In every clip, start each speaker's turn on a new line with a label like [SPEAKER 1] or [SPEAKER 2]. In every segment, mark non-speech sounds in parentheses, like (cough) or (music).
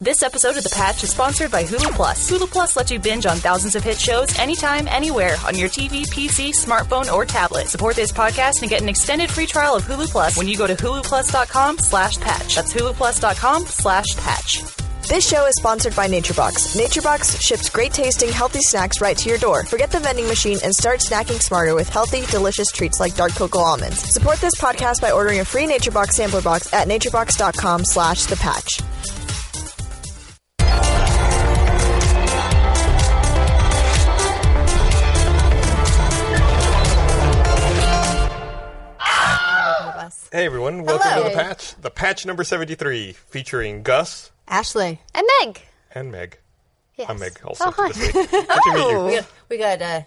[SPEAKER 1] This episode of The Patch is sponsored by Hulu Plus. Hulu Plus lets you binge on thousands of hit shows anytime, anywhere on your TV, PC, smartphone, or tablet. Support this podcast and get an extended free trial of Hulu Plus when you go to huluplus.com slash patch. That's huluplus.com slash patch.
[SPEAKER 2] This show is sponsored by NatureBox. NatureBox ships great tasting, healthy snacks right to your door. Forget the vending machine and start snacking smarter with healthy, delicious treats like dark cocoa almonds. Support this podcast by ordering a free NatureBox sampler box at naturebox.com slash the patch.
[SPEAKER 3] Hey everyone, welcome to
[SPEAKER 4] Hello.
[SPEAKER 3] the patch. The patch number 73 featuring Gus
[SPEAKER 4] Ashley.
[SPEAKER 5] And Meg.
[SPEAKER 3] and Meg.
[SPEAKER 5] Yes.
[SPEAKER 3] I'm Meg also.
[SPEAKER 5] Oh, hi.
[SPEAKER 3] This week. Good to meet you.
[SPEAKER 4] We got, we got uh,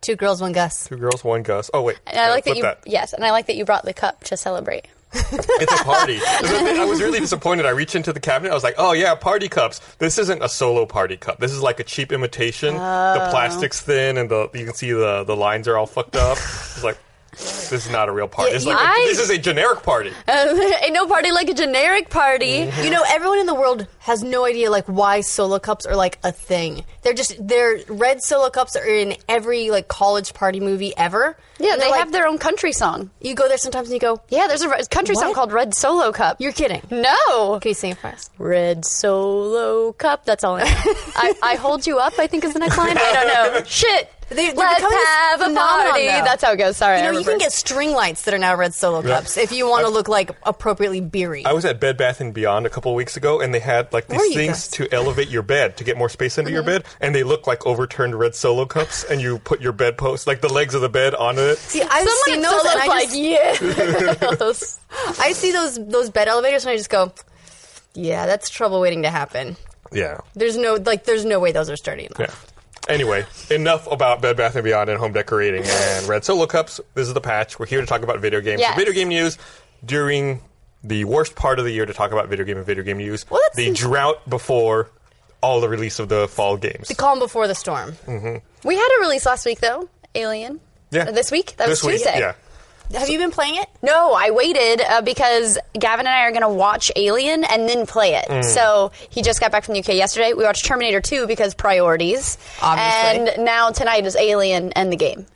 [SPEAKER 4] two girls, one Gus.
[SPEAKER 3] Two girls, one Gus. Oh wait.
[SPEAKER 5] And I
[SPEAKER 3] Yeah,
[SPEAKER 5] like that
[SPEAKER 3] flip
[SPEAKER 5] you yes, and I like that you brought the cup to celebrate.
[SPEAKER 3] It's a party. I was really disappointed. I reached into the cabinet. I was like, "Oh yeah, party cups. This isn't a solo party cup. This is like a cheap imitation.
[SPEAKER 5] Oh.
[SPEAKER 3] The plastic's thin, and the you can see the the lines are all fucked up. It's like this is not a real party. It's
[SPEAKER 4] you-
[SPEAKER 3] like
[SPEAKER 5] I-
[SPEAKER 3] this is a generic party.
[SPEAKER 5] Um, (laughs) Ain't no party like a generic
[SPEAKER 3] Mm.
[SPEAKER 5] party.
[SPEAKER 4] You know, everyone in the world has no idea like why solo cups are like a thing. They're just they're red solo cups are in every like college party movie ever.
[SPEAKER 5] Yeah,
[SPEAKER 4] And
[SPEAKER 5] they
[SPEAKER 4] they're like-
[SPEAKER 5] have their own country song.
[SPEAKER 4] You go there sometimes and you go,
[SPEAKER 5] Yeah, there's a re- country song
[SPEAKER 4] What?
[SPEAKER 5] called Red Solo Cup.
[SPEAKER 4] "You're kidding."
[SPEAKER 5] no.
[SPEAKER 4] Can you sing it for us?
[SPEAKER 5] Red Solo Cup. That's all I know. (laughs) I, I hold you up. I think is the next line. I
[SPEAKER 3] (laughs)
[SPEAKER 5] don't know. Shit.
[SPEAKER 4] They- they're
[SPEAKER 5] Let's
[SPEAKER 4] becoming this
[SPEAKER 5] have a
[SPEAKER 4] phenomenon,
[SPEAKER 5] party.
[SPEAKER 4] though.
[SPEAKER 5] That's how it goes. Sorry.
[SPEAKER 4] You
[SPEAKER 5] I
[SPEAKER 4] know, you can
[SPEAKER 5] remember.
[SPEAKER 4] get string lights that are now red solo cups if you want to look like appropriately beery.
[SPEAKER 3] I was at Bed Bath and Beyond a couple weeks ago, and they had like
[SPEAKER 4] Were
[SPEAKER 3] these
[SPEAKER 4] you
[SPEAKER 3] things
[SPEAKER 4] guys?
[SPEAKER 3] to elevate your bed to get more space under your
[SPEAKER 5] Uh-huh.
[SPEAKER 3] bed, and they look like overturned red solo cups, and you put your bedpost, like the legs of the bed, on it.
[SPEAKER 4] See, I've
[SPEAKER 5] Someone
[SPEAKER 4] seen
[SPEAKER 5] at
[SPEAKER 4] those,
[SPEAKER 5] Solo's
[SPEAKER 4] and I, just,
[SPEAKER 5] like,
[SPEAKER 4] (laughs)
[SPEAKER 5] yes.
[SPEAKER 4] I see those those bed elevators, and I just go, "Yeah, that's trouble waiting to happen."
[SPEAKER 3] Yeah,
[SPEAKER 4] There's no like, there's no way those are sturdy enough.
[SPEAKER 3] yeah. Anyway, enough about Bed Bath and Beyond and home decorating and red solo cups. This is the patch. We're here to talk about video games.
[SPEAKER 5] Yes.
[SPEAKER 3] Video game news during the worst part of the year to talk about video game and video game news.
[SPEAKER 4] Well, that's-
[SPEAKER 3] the drought before all the release of the fall games.
[SPEAKER 4] Calm before the storm.
[SPEAKER 5] (laughs) we had a release last week though. Alien. Or This week. That
[SPEAKER 3] This
[SPEAKER 5] was Tuesday.
[SPEAKER 3] Week, yeah.
[SPEAKER 4] Have you been playing it?
[SPEAKER 5] No, I waited uh, because Gavin and I are going to watch Alien and then play it.
[SPEAKER 3] Mm.
[SPEAKER 5] So he just got back from the UK yesterday. We watched Terminator 2 because priorities.
[SPEAKER 4] Obviously.
[SPEAKER 5] And now tonight is Alien and the game.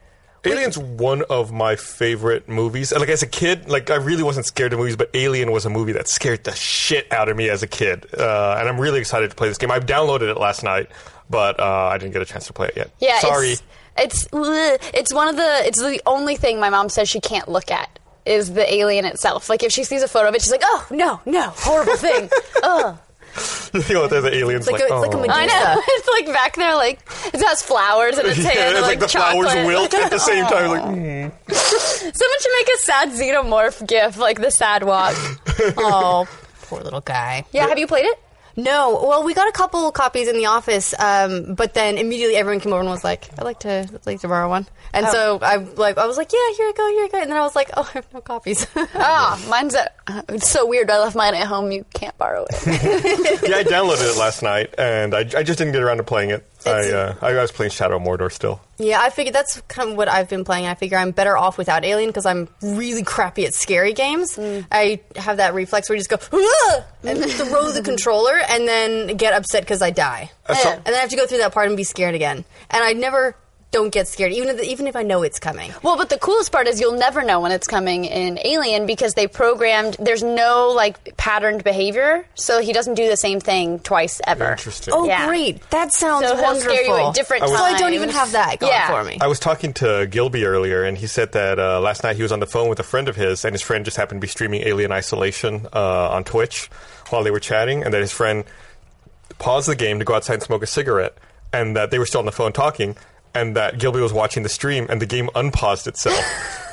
[SPEAKER 3] Alien's one of my favorite movies. And, Like as a kid, like I really wasn't scared of movies, but Alien was a movie that scared the shit out of me as a kid. Uh, and I'm really excited to play this game. I downloaded it last night, but uh, I didn't get a chance to play it yet.
[SPEAKER 5] Yeah.
[SPEAKER 3] sorry. (laughs)
[SPEAKER 5] It's, it's bleh. it's one of the it's the only thing my mom says she can't look at is the alien itself. Like if she sees a photo of it, she's like, "Oh no, no, horrible thing."
[SPEAKER 3] (laughs)
[SPEAKER 5] Ugh.
[SPEAKER 3] you know, there's the aliens
[SPEAKER 4] It's
[SPEAKER 3] like,
[SPEAKER 4] like a- it's like a
[SPEAKER 3] oh.
[SPEAKER 4] Medusa.
[SPEAKER 5] I know. (laughs) It's like back there, like it has flowers in
[SPEAKER 3] (laughs)
[SPEAKER 5] its
[SPEAKER 3] Yeah,
[SPEAKER 5] hand,
[SPEAKER 3] it's
[SPEAKER 5] and,
[SPEAKER 3] like, the
[SPEAKER 5] chocolate.
[SPEAKER 3] flowers
[SPEAKER 5] (laughs)
[SPEAKER 3] wilt at the same time. Like, mm.
[SPEAKER 5] Someone should make a sad xenomorph gif, like the sad walk.
[SPEAKER 4] Oh, poor little guy.
[SPEAKER 5] Yeah, have you played it?
[SPEAKER 4] No. Well, we got a couple copies in the office, um, but then immediately everyone came over and was like, "I'd like to I'd like to borrow one." And so I like I was like, "Yeah, here I go, here I go." And then I was like, "Oh, (laughs) I have no copies."
[SPEAKER 5] Oh, mine's at. It's so weird. I left mine at home. You can't borrow it.
[SPEAKER 3] yeah, I downloaded it last night, and I, I just didn't get around to playing it. I, uh, I was playing Shadow of Mordor still.
[SPEAKER 4] yeah, I figured that's kind of what I've been playing. I figure I'm better off without Alien because I'm really crappy at scary games. I have that reflex where you just go "Ugh!" and throw the controller and then get upset because I die.
[SPEAKER 3] so-
[SPEAKER 4] and then I have to go through that part and be scared again. And I never don't get scared, even if, even if I know it's coming.
[SPEAKER 5] well, but the coolest part is you'll never know when it's coming in Alien because they programmed. There's no like patterned behavior, so he doesn't do the same thing twice ever.
[SPEAKER 3] Interesting.
[SPEAKER 4] Oh,
[SPEAKER 5] Yeah.
[SPEAKER 4] great! That sounds
[SPEAKER 5] So he'll
[SPEAKER 4] wonderful.
[SPEAKER 5] scare you at different
[SPEAKER 4] So I don't
[SPEAKER 5] times.
[SPEAKER 4] even have that going
[SPEAKER 5] Yeah.
[SPEAKER 4] for me.
[SPEAKER 3] I was talking to Gilby earlier, and he said that uh, last night he was on the phone with a friend of his, and his friend just happened to be streaming Alien Isolation uh, on Twitch while they were chatting, and that his friend paused the game to go outside and smoke a cigarette, and that they were still on the phone talking, and that Gilby was watching the stream, and the game unpaused itself.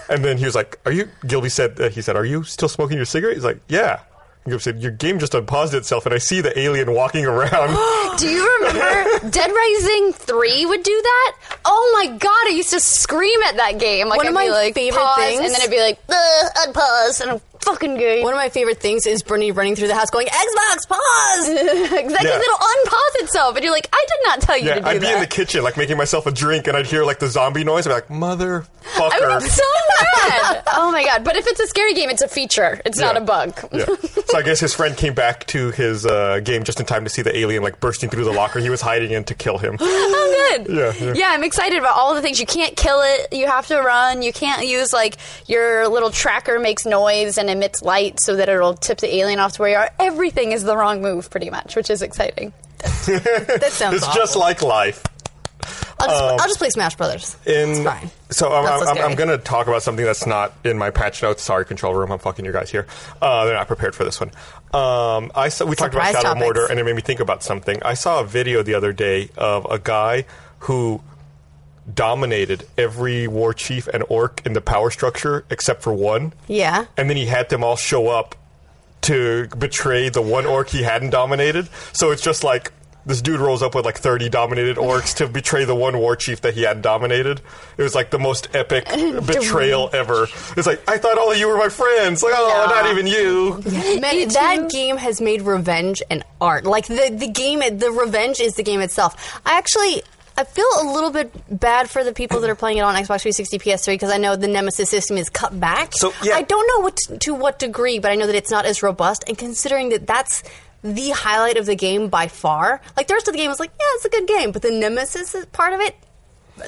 [SPEAKER 3] and then he was like, "Are you?" Gilby said, uh, "He said, are you still smoking your cigarette?" He's like, "Yeah." And Gilby said, "Your game just unpaused itself, and I see the alien walking around." (laughs)
[SPEAKER 5] Do you remember Dead Rising Three would do that? Oh my god, I used to scream at that game. Like
[SPEAKER 4] One of
[SPEAKER 5] I'd be
[SPEAKER 4] my
[SPEAKER 5] like,
[SPEAKER 4] favorite
[SPEAKER 5] pause,
[SPEAKER 4] things-
[SPEAKER 5] and then it'd be like, "Ugh, unpause, and fucking good.
[SPEAKER 4] One of my favorite things is Bernie running through the house going, Xbox,
[SPEAKER 5] (laughs)
[SPEAKER 4] pause!
[SPEAKER 5] exactly,
[SPEAKER 3] Yeah.
[SPEAKER 5] then it'll unpause itself, and you're like, I did not tell you to
[SPEAKER 3] Yeah,
[SPEAKER 5] do
[SPEAKER 3] I'd be
[SPEAKER 5] that.
[SPEAKER 3] in the kitchen, like making myself a drink, and I'd hear like the zombie noise. I'd be like,
[SPEAKER 5] I would be
[SPEAKER 3] motherfucker.
[SPEAKER 5] so
[SPEAKER 3] (laughs)
[SPEAKER 5] mad. oh my god! But if it's a scary game, it's a feature. It's not
[SPEAKER 3] Yeah.
[SPEAKER 5] a bug. (laughs)
[SPEAKER 3] yeah. So I guess his friend came back to his uh, game just in time to see the alien like bursting through the locker he was hiding in to kill him.
[SPEAKER 5] Oh, good.
[SPEAKER 3] Yeah, yeah.
[SPEAKER 5] I'm excited about all the things. You can't kill it. You have to run. You can't use like your little tracker makes noise and emits light so that it'll tip the alien off to where you are. Everything is the wrong move, pretty much, which is exciting.
[SPEAKER 4] That sounds
[SPEAKER 3] It's just um,
[SPEAKER 4] awful.
[SPEAKER 3] like life.
[SPEAKER 4] I'll just, I'll just play Smash Brothers.
[SPEAKER 3] In,
[SPEAKER 4] it's fine.
[SPEAKER 3] So I'm,
[SPEAKER 4] Not so
[SPEAKER 3] I'm, I'm
[SPEAKER 4] scary.
[SPEAKER 3] going to talk about something that's not in my patch notes. Sorry, control room. I'm fucking you guys here. Uh, they're not prepared for this one. Um, I saw, we talked about
[SPEAKER 4] Surprise
[SPEAKER 3] Shadow
[SPEAKER 4] topics.
[SPEAKER 3] Mortar, and it made me think about something. I saw a video the other day of a guy who dominated every war chief and orc in the power structure except for one.
[SPEAKER 4] Yeah.
[SPEAKER 3] And then he had them all show up to betray the one orc he hadn't dominated. So it's just like this dude rolls up with like 30 dominated orcs to betray the one war chief that he hadn't dominated. It was like the most epic betrayal ever. It's like, I thought all of you were my friends. Like, oh,
[SPEAKER 5] No.
[SPEAKER 3] not even you.
[SPEAKER 4] (laughs) Man, that game has made revenge an art. Like the the game, the revenge is the game itself. I actually. I feel a little bit bad for the people that are playing it on Xbox 360, PS3 because I know the Nemesis system is cut back.
[SPEAKER 3] So, yeah.
[SPEAKER 4] I don't know what to, to what degree, but I know that it's not as robust. And considering that that's the highlight of the game by far, like the rest of the game is like, yeah, it's a good game, but the Nemesis is part of it,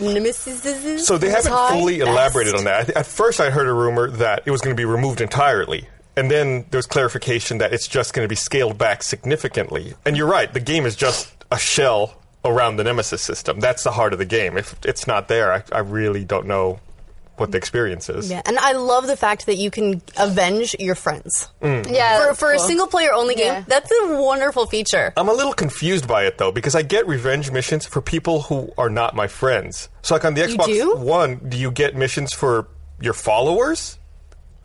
[SPEAKER 4] Nemesis is
[SPEAKER 3] So they
[SPEAKER 4] is
[SPEAKER 3] haven't
[SPEAKER 4] high.
[SPEAKER 3] fully
[SPEAKER 4] That's-
[SPEAKER 3] elaborated on that. I th- At first, I heard a rumor that it was going to be removed entirely. And then there's clarification that it's just going to be scaled back significantly. And you're right, the game is just a shell around the Nemesis system. That's the heart of the game. If it's not there, I, I really don't know what the experience is.
[SPEAKER 4] Yeah, and I love the fact that you can avenge your friends.
[SPEAKER 3] Hmm.
[SPEAKER 5] Yeah,
[SPEAKER 4] for,
[SPEAKER 5] that's
[SPEAKER 4] for a
[SPEAKER 5] cool.
[SPEAKER 4] single player only game,
[SPEAKER 5] Yeah.
[SPEAKER 4] that's a wonderful feature.
[SPEAKER 3] I'm a little confused by it though because I get revenge missions for people who are not my friends. So like on the Xbox
[SPEAKER 4] do?
[SPEAKER 3] One, do you get missions for your followers?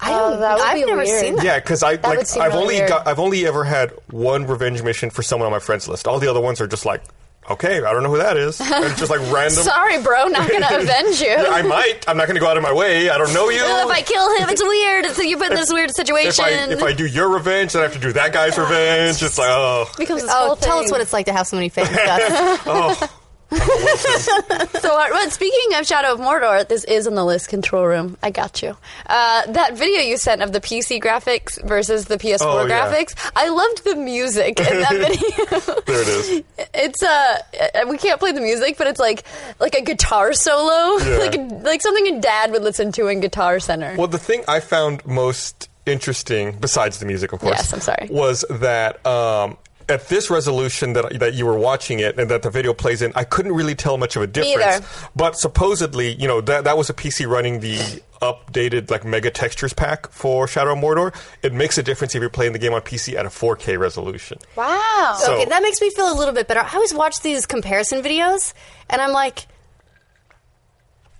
[SPEAKER 4] I
[SPEAKER 5] Oh,
[SPEAKER 4] don't.
[SPEAKER 5] that would
[SPEAKER 4] I've
[SPEAKER 5] be
[SPEAKER 4] never
[SPEAKER 5] weird.
[SPEAKER 4] seen that.
[SPEAKER 3] Yeah, because I like
[SPEAKER 5] would seem
[SPEAKER 3] I've
[SPEAKER 5] really
[SPEAKER 3] only
[SPEAKER 5] weird.
[SPEAKER 3] got I've only ever had one revenge mission for someone on my friends list. All the other ones are just like, okay, I don't know who that
[SPEAKER 5] (laughs)
[SPEAKER 3] is. And it's just like random.
[SPEAKER 5] Sorry, bro.
[SPEAKER 3] (laughs)
[SPEAKER 5] Not gonna avenge you.
[SPEAKER 3] Yeah, I might. I'm not going to go out of my way. I don't know you.
[SPEAKER 5] Well, if I kill him, it's weird. It's, you put in this weird
[SPEAKER 3] if
[SPEAKER 5] situation.
[SPEAKER 3] I if I do your revenge, then I have to do that guy's revenge. It's like oh
[SPEAKER 5] becomes this
[SPEAKER 4] Oh,
[SPEAKER 5] whole
[SPEAKER 4] tell
[SPEAKER 5] thing.
[SPEAKER 4] us what it's like to have so many fans. (laughs) Gus.
[SPEAKER 3] oh.
[SPEAKER 5] So, uh, well, speaking of Shadow of Mordor, this is on the list. Control room, I got you. Uh, that video you sent of the PC graphics versus the PS4
[SPEAKER 3] Oh, yeah.
[SPEAKER 5] graphics, I loved the music
[SPEAKER 3] (laughs)
[SPEAKER 5] in that video.
[SPEAKER 3] There it is.
[SPEAKER 5] It's uh, uh, we can't play the music, but it's like like a guitar solo, (laughs)
[SPEAKER 3] Yeah.
[SPEAKER 5] like like something a dad would listen to in Guitar Center.
[SPEAKER 3] Well, the thing I found most interesting, besides the music, of course,
[SPEAKER 5] Yes, I'm sorry.
[SPEAKER 3] was that um, at this resolution that that you were watching it and that the video plays in, I couldn't really tell much of a difference.
[SPEAKER 5] either.
[SPEAKER 3] But supposedly, you know, that that was a PC running the updated like mega textures pack for Shadow of Mordor. It makes a difference if you're playing the game on PC at a 4K resolution.
[SPEAKER 5] wow.
[SPEAKER 3] So-
[SPEAKER 4] okay, that makes me feel a little bit better. I always watch these comparison videos, and I'm like,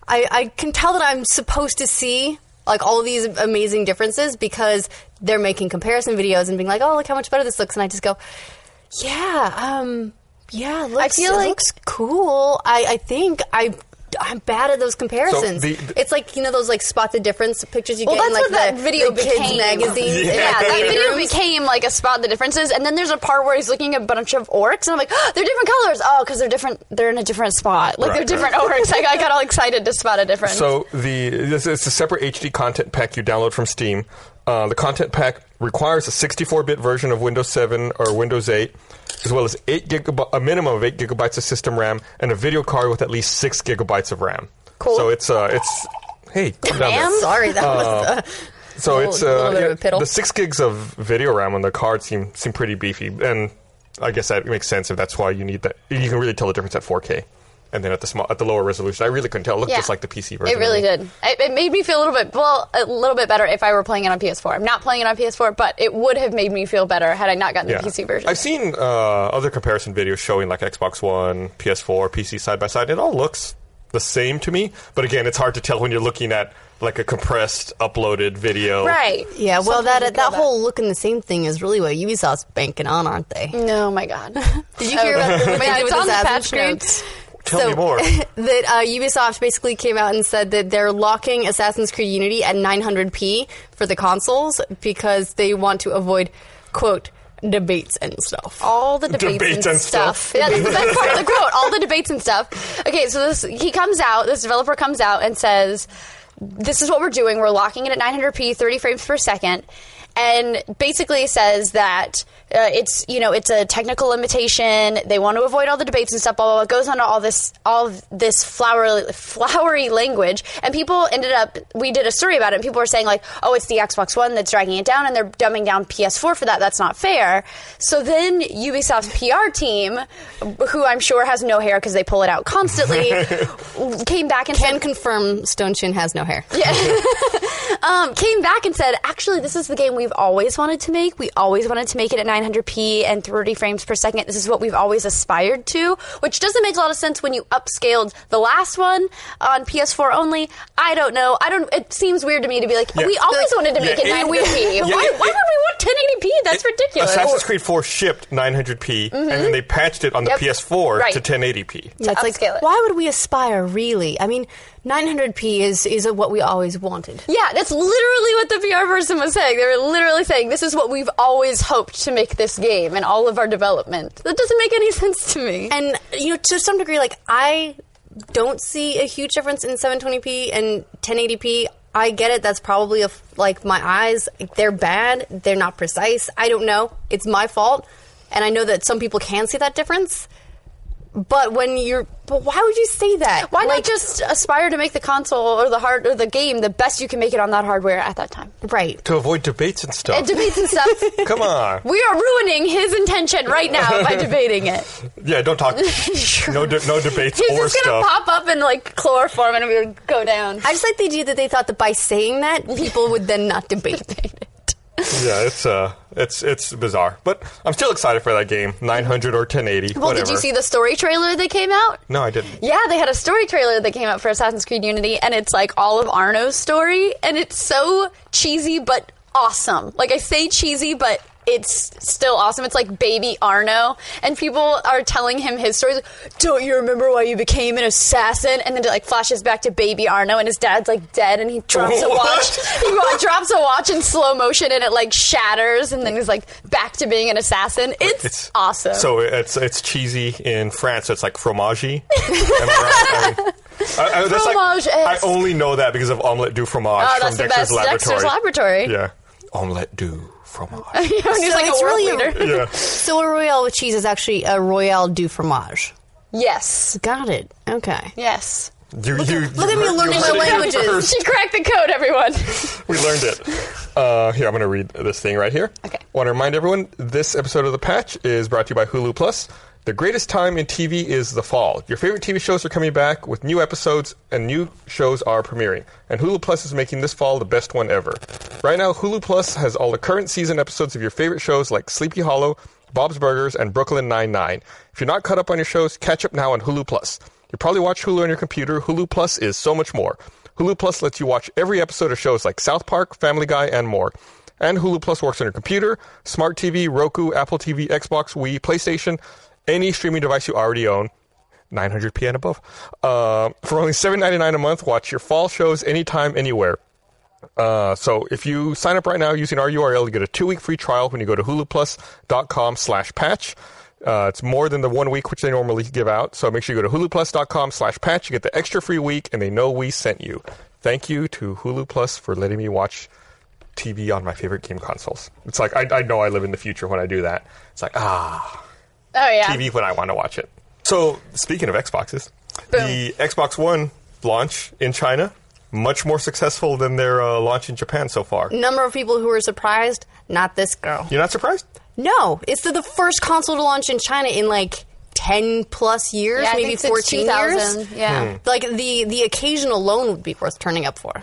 [SPEAKER 4] I, I can tell that I'm supposed to see like all these amazing differences because they're making comparison videos and being like, oh, look how much better this looks, and I just go, yeah, um, yeah, it looks,
[SPEAKER 5] feel
[SPEAKER 4] it
[SPEAKER 5] like-
[SPEAKER 4] looks cool. I, I think I. I'm bad at those comparisons.
[SPEAKER 3] the- the-
[SPEAKER 4] it's like you know those like spot the difference pictures you
[SPEAKER 5] Well,
[SPEAKER 4] get in
[SPEAKER 5] that's
[SPEAKER 4] like
[SPEAKER 5] what
[SPEAKER 4] the,
[SPEAKER 5] that video
[SPEAKER 4] the
[SPEAKER 5] became.
[SPEAKER 4] kids
[SPEAKER 3] (laughs)
[SPEAKER 4] magazine.
[SPEAKER 3] Yeah.
[SPEAKER 5] Yeah, that
[SPEAKER 3] Waiting
[SPEAKER 5] video
[SPEAKER 4] rooms.
[SPEAKER 5] became like a spot the differences, and then there's a part where he's looking at a bunch of orcs, and I'm like, oh, they're different colors. Oh, because they're different. They're in a different spot. Like
[SPEAKER 3] Right,
[SPEAKER 5] they're different orcs. I, I got all excited to spot a difference.
[SPEAKER 3] So the this it's a separate HD content pack you download from Steam. Uh, the content pack requires a 64-bit version of Windows 7 or Windows 8, as well as eight gigabyte, a minimum of eight gigabytes of system RAM, and a video card with at least six gigabytes of RAM.
[SPEAKER 5] Cool.
[SPEAKER 3] So it's uh, it's hey, come down there.
[SPEAKER 5] Ma'am?
[SPEAKER 4] Sorry, that was
[SPEAKER 3] So
[SPEAKER 4] Little-
[SPEAKER 3] it's
[SPEAKER 4] little
[SPEAKER 3] uh,
[SPEAKER 4] bit of a
[SPEAKER 3] yeah,
[SPEAKER 4] piddle.
[SPEAKER 3] the six gigs of video RAM on the card seem seem pretty beefy, and I guess that makes sense if that's why you need that. You can really tell the difference at 4K, and then at the small at the lower resolution, I really couldn't tell. It looked
[SPEAKER 5] Yeah.
[SPEAKER 3] just like the PC version.
[SPEAKER 5] It really
[SPEAKER 3] to me.
[SPEAKER 5] did. It, it made me feel a little bit well, a little bit better if I were playing it on PS4. I'm not playing it on PS4, but it would have made me feel better had I not gotten the PC version.
[SPEAKER 3] I've seen uh, other comparison videos showing like Xbox One, PS4, PC side by side. It all looks the same to me, but again, it's hard to tell when you're looking at like a compressed, uploaded video.
[SPEAKER 5] right?
[SPEAKER 4] Yeah, well,
[SPEAKER 5] Sometimes
[SPEAKER 4] that
[SPEAKER 5] I
[SPEAKER 4] that,
[SPEAKER 5] feel
[SPEAKER 4] whole looking the same thing is really what Ubisoft's banking on, aren't they?
[SPEAKER 5] No, oh my God. (laughs)
[SPEAKER 4] Did you hear about the
[SPEAKER 5] Mm. Oh. Yeah,
[SPEAKER 4] yeah,
[SPEAKER 5] it's
[SPEAKER 4] with
[SPEAKER 5] on the
[SPEAKER 4] his
[SPEAKER 5] patch
[SPEAKER 4] patch
[SPEAKER 5] notes.
[SPEAKER 3] Tell me
[SPEAKER 5] (laughs)
[SPEAKER 3] more.
[SPEAKER 4] that uh, Ubisoft basically came out and said that they're locking Assassin's Creed Unity at 900p for the consoles because they want to avoid quote debates and stuff.
[SPEAKER 5] all the debates,
[SPEAKER 3] Debates
[SPEAKER 5] and,
[SPEAKER 3] and
[SPEAKER 5] stuff.
[SPEAKER 3] stuff.
[SPEAKER 5] Yeah, that's the best part of the quote. All the debates and stuff. Okay, so this he comes out. This developer comes out and says, "This is what we're doing. We're locking it at 900p, 30 frames per second, and basically says that uh, it's you know it's a technical limitation. They want to avoid all the debates and stuff. Blah blah. blah. It goes on to all this all of this flowery flowery language, and people ended up. We did a story about it. and People were saying like, "Oh, it's the Xbox One that's dragging it down, and they're dumbing down PS4 for that. That's not fair." So then Ubisoft's PR team, who I'm sure has no hair because they pull it out constantly, came back and
[SPEAKER 4] Can
[SPEAKER 5] said,
[SPEAKER 4] confirm Stone Chin has no hair.
[SPEAKER 5] um, came back and said, actually, this is the game we've always wanted to make. We always wanted to make it at 900p and 30 frames per second. This is what we've always aspired to, which doesn't make a lot of sense when you upscaled the last one on PS4 only. I don't know. I don't. It seems weird to me to be like, we always wanted to make
[SPEAKER 3] Yeah,
[SPEAKER 5] it
[SPEAKER 3] it-
[SPEAKER 5] 900p.
[SPEAKER 3] yeah,
[SPEAKER 5] why,
[SPEAKER 3] it-
[SPEAKER 5] why would we want 1080p? That's ridiculous.
[SPEAKER 3] Assassin's Creed 4 shipped 900p, and then they patched it on the
[SPEAKER 5] Mm-hmm. Yep.
[SPEAKER 3] PS4
[SPEAKER 5] Right.
[SPEAKER 3] to 1080p.
[SPEAKER 4] Yeah, it's like,
[SPEAKER 5] upscale it.
[SPEAKER 4] why would we aspire really? I mean, 900p is is what we always wanted.
[SPEAKER 5] Yeah, that's literally what the PR person was saying. They were literally saying, this is what we've always hoped to make this game and all of our development. That doesn't make any (laughs) sense to me.
[SPEAKER 4] And you know, to some degree, like I don't see a huge difference in 720p and 1080p. I get it. That's probably a, like my eyes; they're bad. They're not precise. I don't know. It's my fault, and I know that some people can see that difference. But when you're, but why would you say that?
[SPEAKER 5] Why
[SPEAKER 4] Like-
[SPEAKER 5] not just aspire to make the console or the hard or the game the best you can make it on that hardware at that time?
[SPEAKER 4] right?
[SPEAKER 3] To avoid debates and stuff.
[SPEAKER 5] It (laughs) debates and
[SPEAKER 3] (laughs)
[SPEAKER 5] stuff.
[SPEAKER 3] Come on.
[SPEAKER 5] (laughs) we are ruining his intention right now by debating it.
[SPEAKER 3] Yeah, don't
[SPEAKER 5] (laughs)
[SPEAKER 3] talk. no, de- no debates
[SPEAKER 5] He's
[SPEAKER 3] or
[SPEAKER 5] just gonna
[SPEAKER 3] stuff.
[SPEAKER 5] pop up and like chloroform and we would go down.
[SPEAKER 4] I just like the idea that they thought that by saying that, people would then not debate
[SPEAKER 5] (laughs)
[SPEAKER 4] it.
[SPEAKER 3] yeah, it's uh, it's it's bizarre, but I'm still excited for that game. 900 or 1080.
[SPEAKER 5] well,
[SPEAKER 3] whatever.
[SPEAKER 5] did you see the story trailer that came out?
[SPEAKER 3] No, I didn't.
[SPEAKER 5] Yeah, they had a story trailer that came out for Assassin's Creed Unity, and it's like all of Arno's story, and it's so cheesy but awesome. Like I say cheesy, but it's still awesome. It's like baby Arno, and people are telling him his story. Like, Don't you remember why you became an assassin? And then it like flashes back to baby Arno, and his dad's like dead, and he drops a
[SPEAKER 4] (laughs)
[SPEAKER 3] What?
[SPEAKER 5] watch. He wa- drops a watch in slow motion, and it like shatters, and then he's like back to being an assassin. It's, awesome.
[SPEAKER 3] So it's it's cheesy in France. It's like fromagy. Am I right? I mean, I, I, that's like-
[SPEAKER 5] Fromage-esque.
[SPEAKER 3] I only know that because of Omelette du Fromage
[SPEAKER 5] Oh,
[SPEAKER 3] from
[SPEAKER 5] that's the
[SPEAKER 3] Dexter's
[SPEAKER 5] best. Dexter's Laboratory.
[SPEAKER 3] Yeah, Omelette du
[SPEAKER 5] (laughs)
[SPEAKER 3] Fromage.
[SPEAKER 5] You know, (laughs) and he's
[SPEAKER 4] So
[SPEAKER 5] like
[SPEAKER 4] it's
[SPEAKER 5] a world
[SPEAKER 4] really a-
[SPEAKER 5] leader.
[SPEAKER 3] yeah.
[SPEAKER 4] So a royale with cheese is actually a royale du fromage.
[SPEAKER 5] Yes.
[SPEAKER 4] Got it. Okay.
[SPEAKER 5] Yes.
[SPEAKER 3] You, you,
[SPEAKER 4] look at me learning
[SPEAKER 3] my
[SPEAKER 4] languages.
[SPEAKER 5] She (laughs) cracked the code, everyone.
[SPEAKER 3] We learned it. Uh, here, I'm going to read this thing right here.
[SPEAKER 5] Okay.
[SPEAKER 3] Want to remind everyone this episode of The Patch is brought to you by Hulu Plus. The greatest time in TV is the fall. Your favorite TV shows are coming back with new episodes, and new shows are premiering. And Hulu Plus is making this fall the best one ever. Right now, Hulu Plus has all the current season episodes of your favorite shows like Sleepy Hollow, Bob's Burgers, and Brooklyn Nine-Nine. If you're not caught up on your shows, catch up now on Hulu Plus. You probably watch Hulu on your computer. Hulu Plus is so much more. Hulu Plus lets you watch every episode of shows like South Park, Family Guy, and more. And Hulu Plus works on your computer, smart TV, Roku, Apple TV, Xbox, Wii, PlayStation, any streaming device you already own. 900p and above. Uh, for only $7.99 a month, watch your fall shows anytime, anywhere. Uh, so if you sign up right now using our URL, you get a two-week free trial when you go to huluplus.com slash patch. Uh, it's more than the one week which they normally give out. So make sure you go to huluplus.com slash patch. You get the extra free week, and they know we sent you. Thank you to Hulu Plus for letting me watch TV on my favorite game consoles. It's like, I, I know I live in the future when I do that. It's like, ah,
[SPEAKER 5] Oh yeah.
[SPEAKER 3] TV when I want to watch it. So, speaking of Xboxes,
[SPEAKER 5] Boom.
[SPEAKER 3] the Xbox One launch in China much more successful than their uh, launch in Japan so far.
[SPEAKER 4] Number of people who were surprised. Not this girl.
[SPEAKER 3] You're not surprised?
[SPEAKER 4] No, it's the, the first console to launch in China in like 10 plus years,
[SPEAKER 5] Yeah, I
[SPEAKER 4] maybe
[SPEAKER 5] think since
[SPEAKER 4] 14 years.
[SPEAKER 5] 2000, yeah. Hmm.
[SPEAKER 4] Like the the occasional loan would be worth turning up for.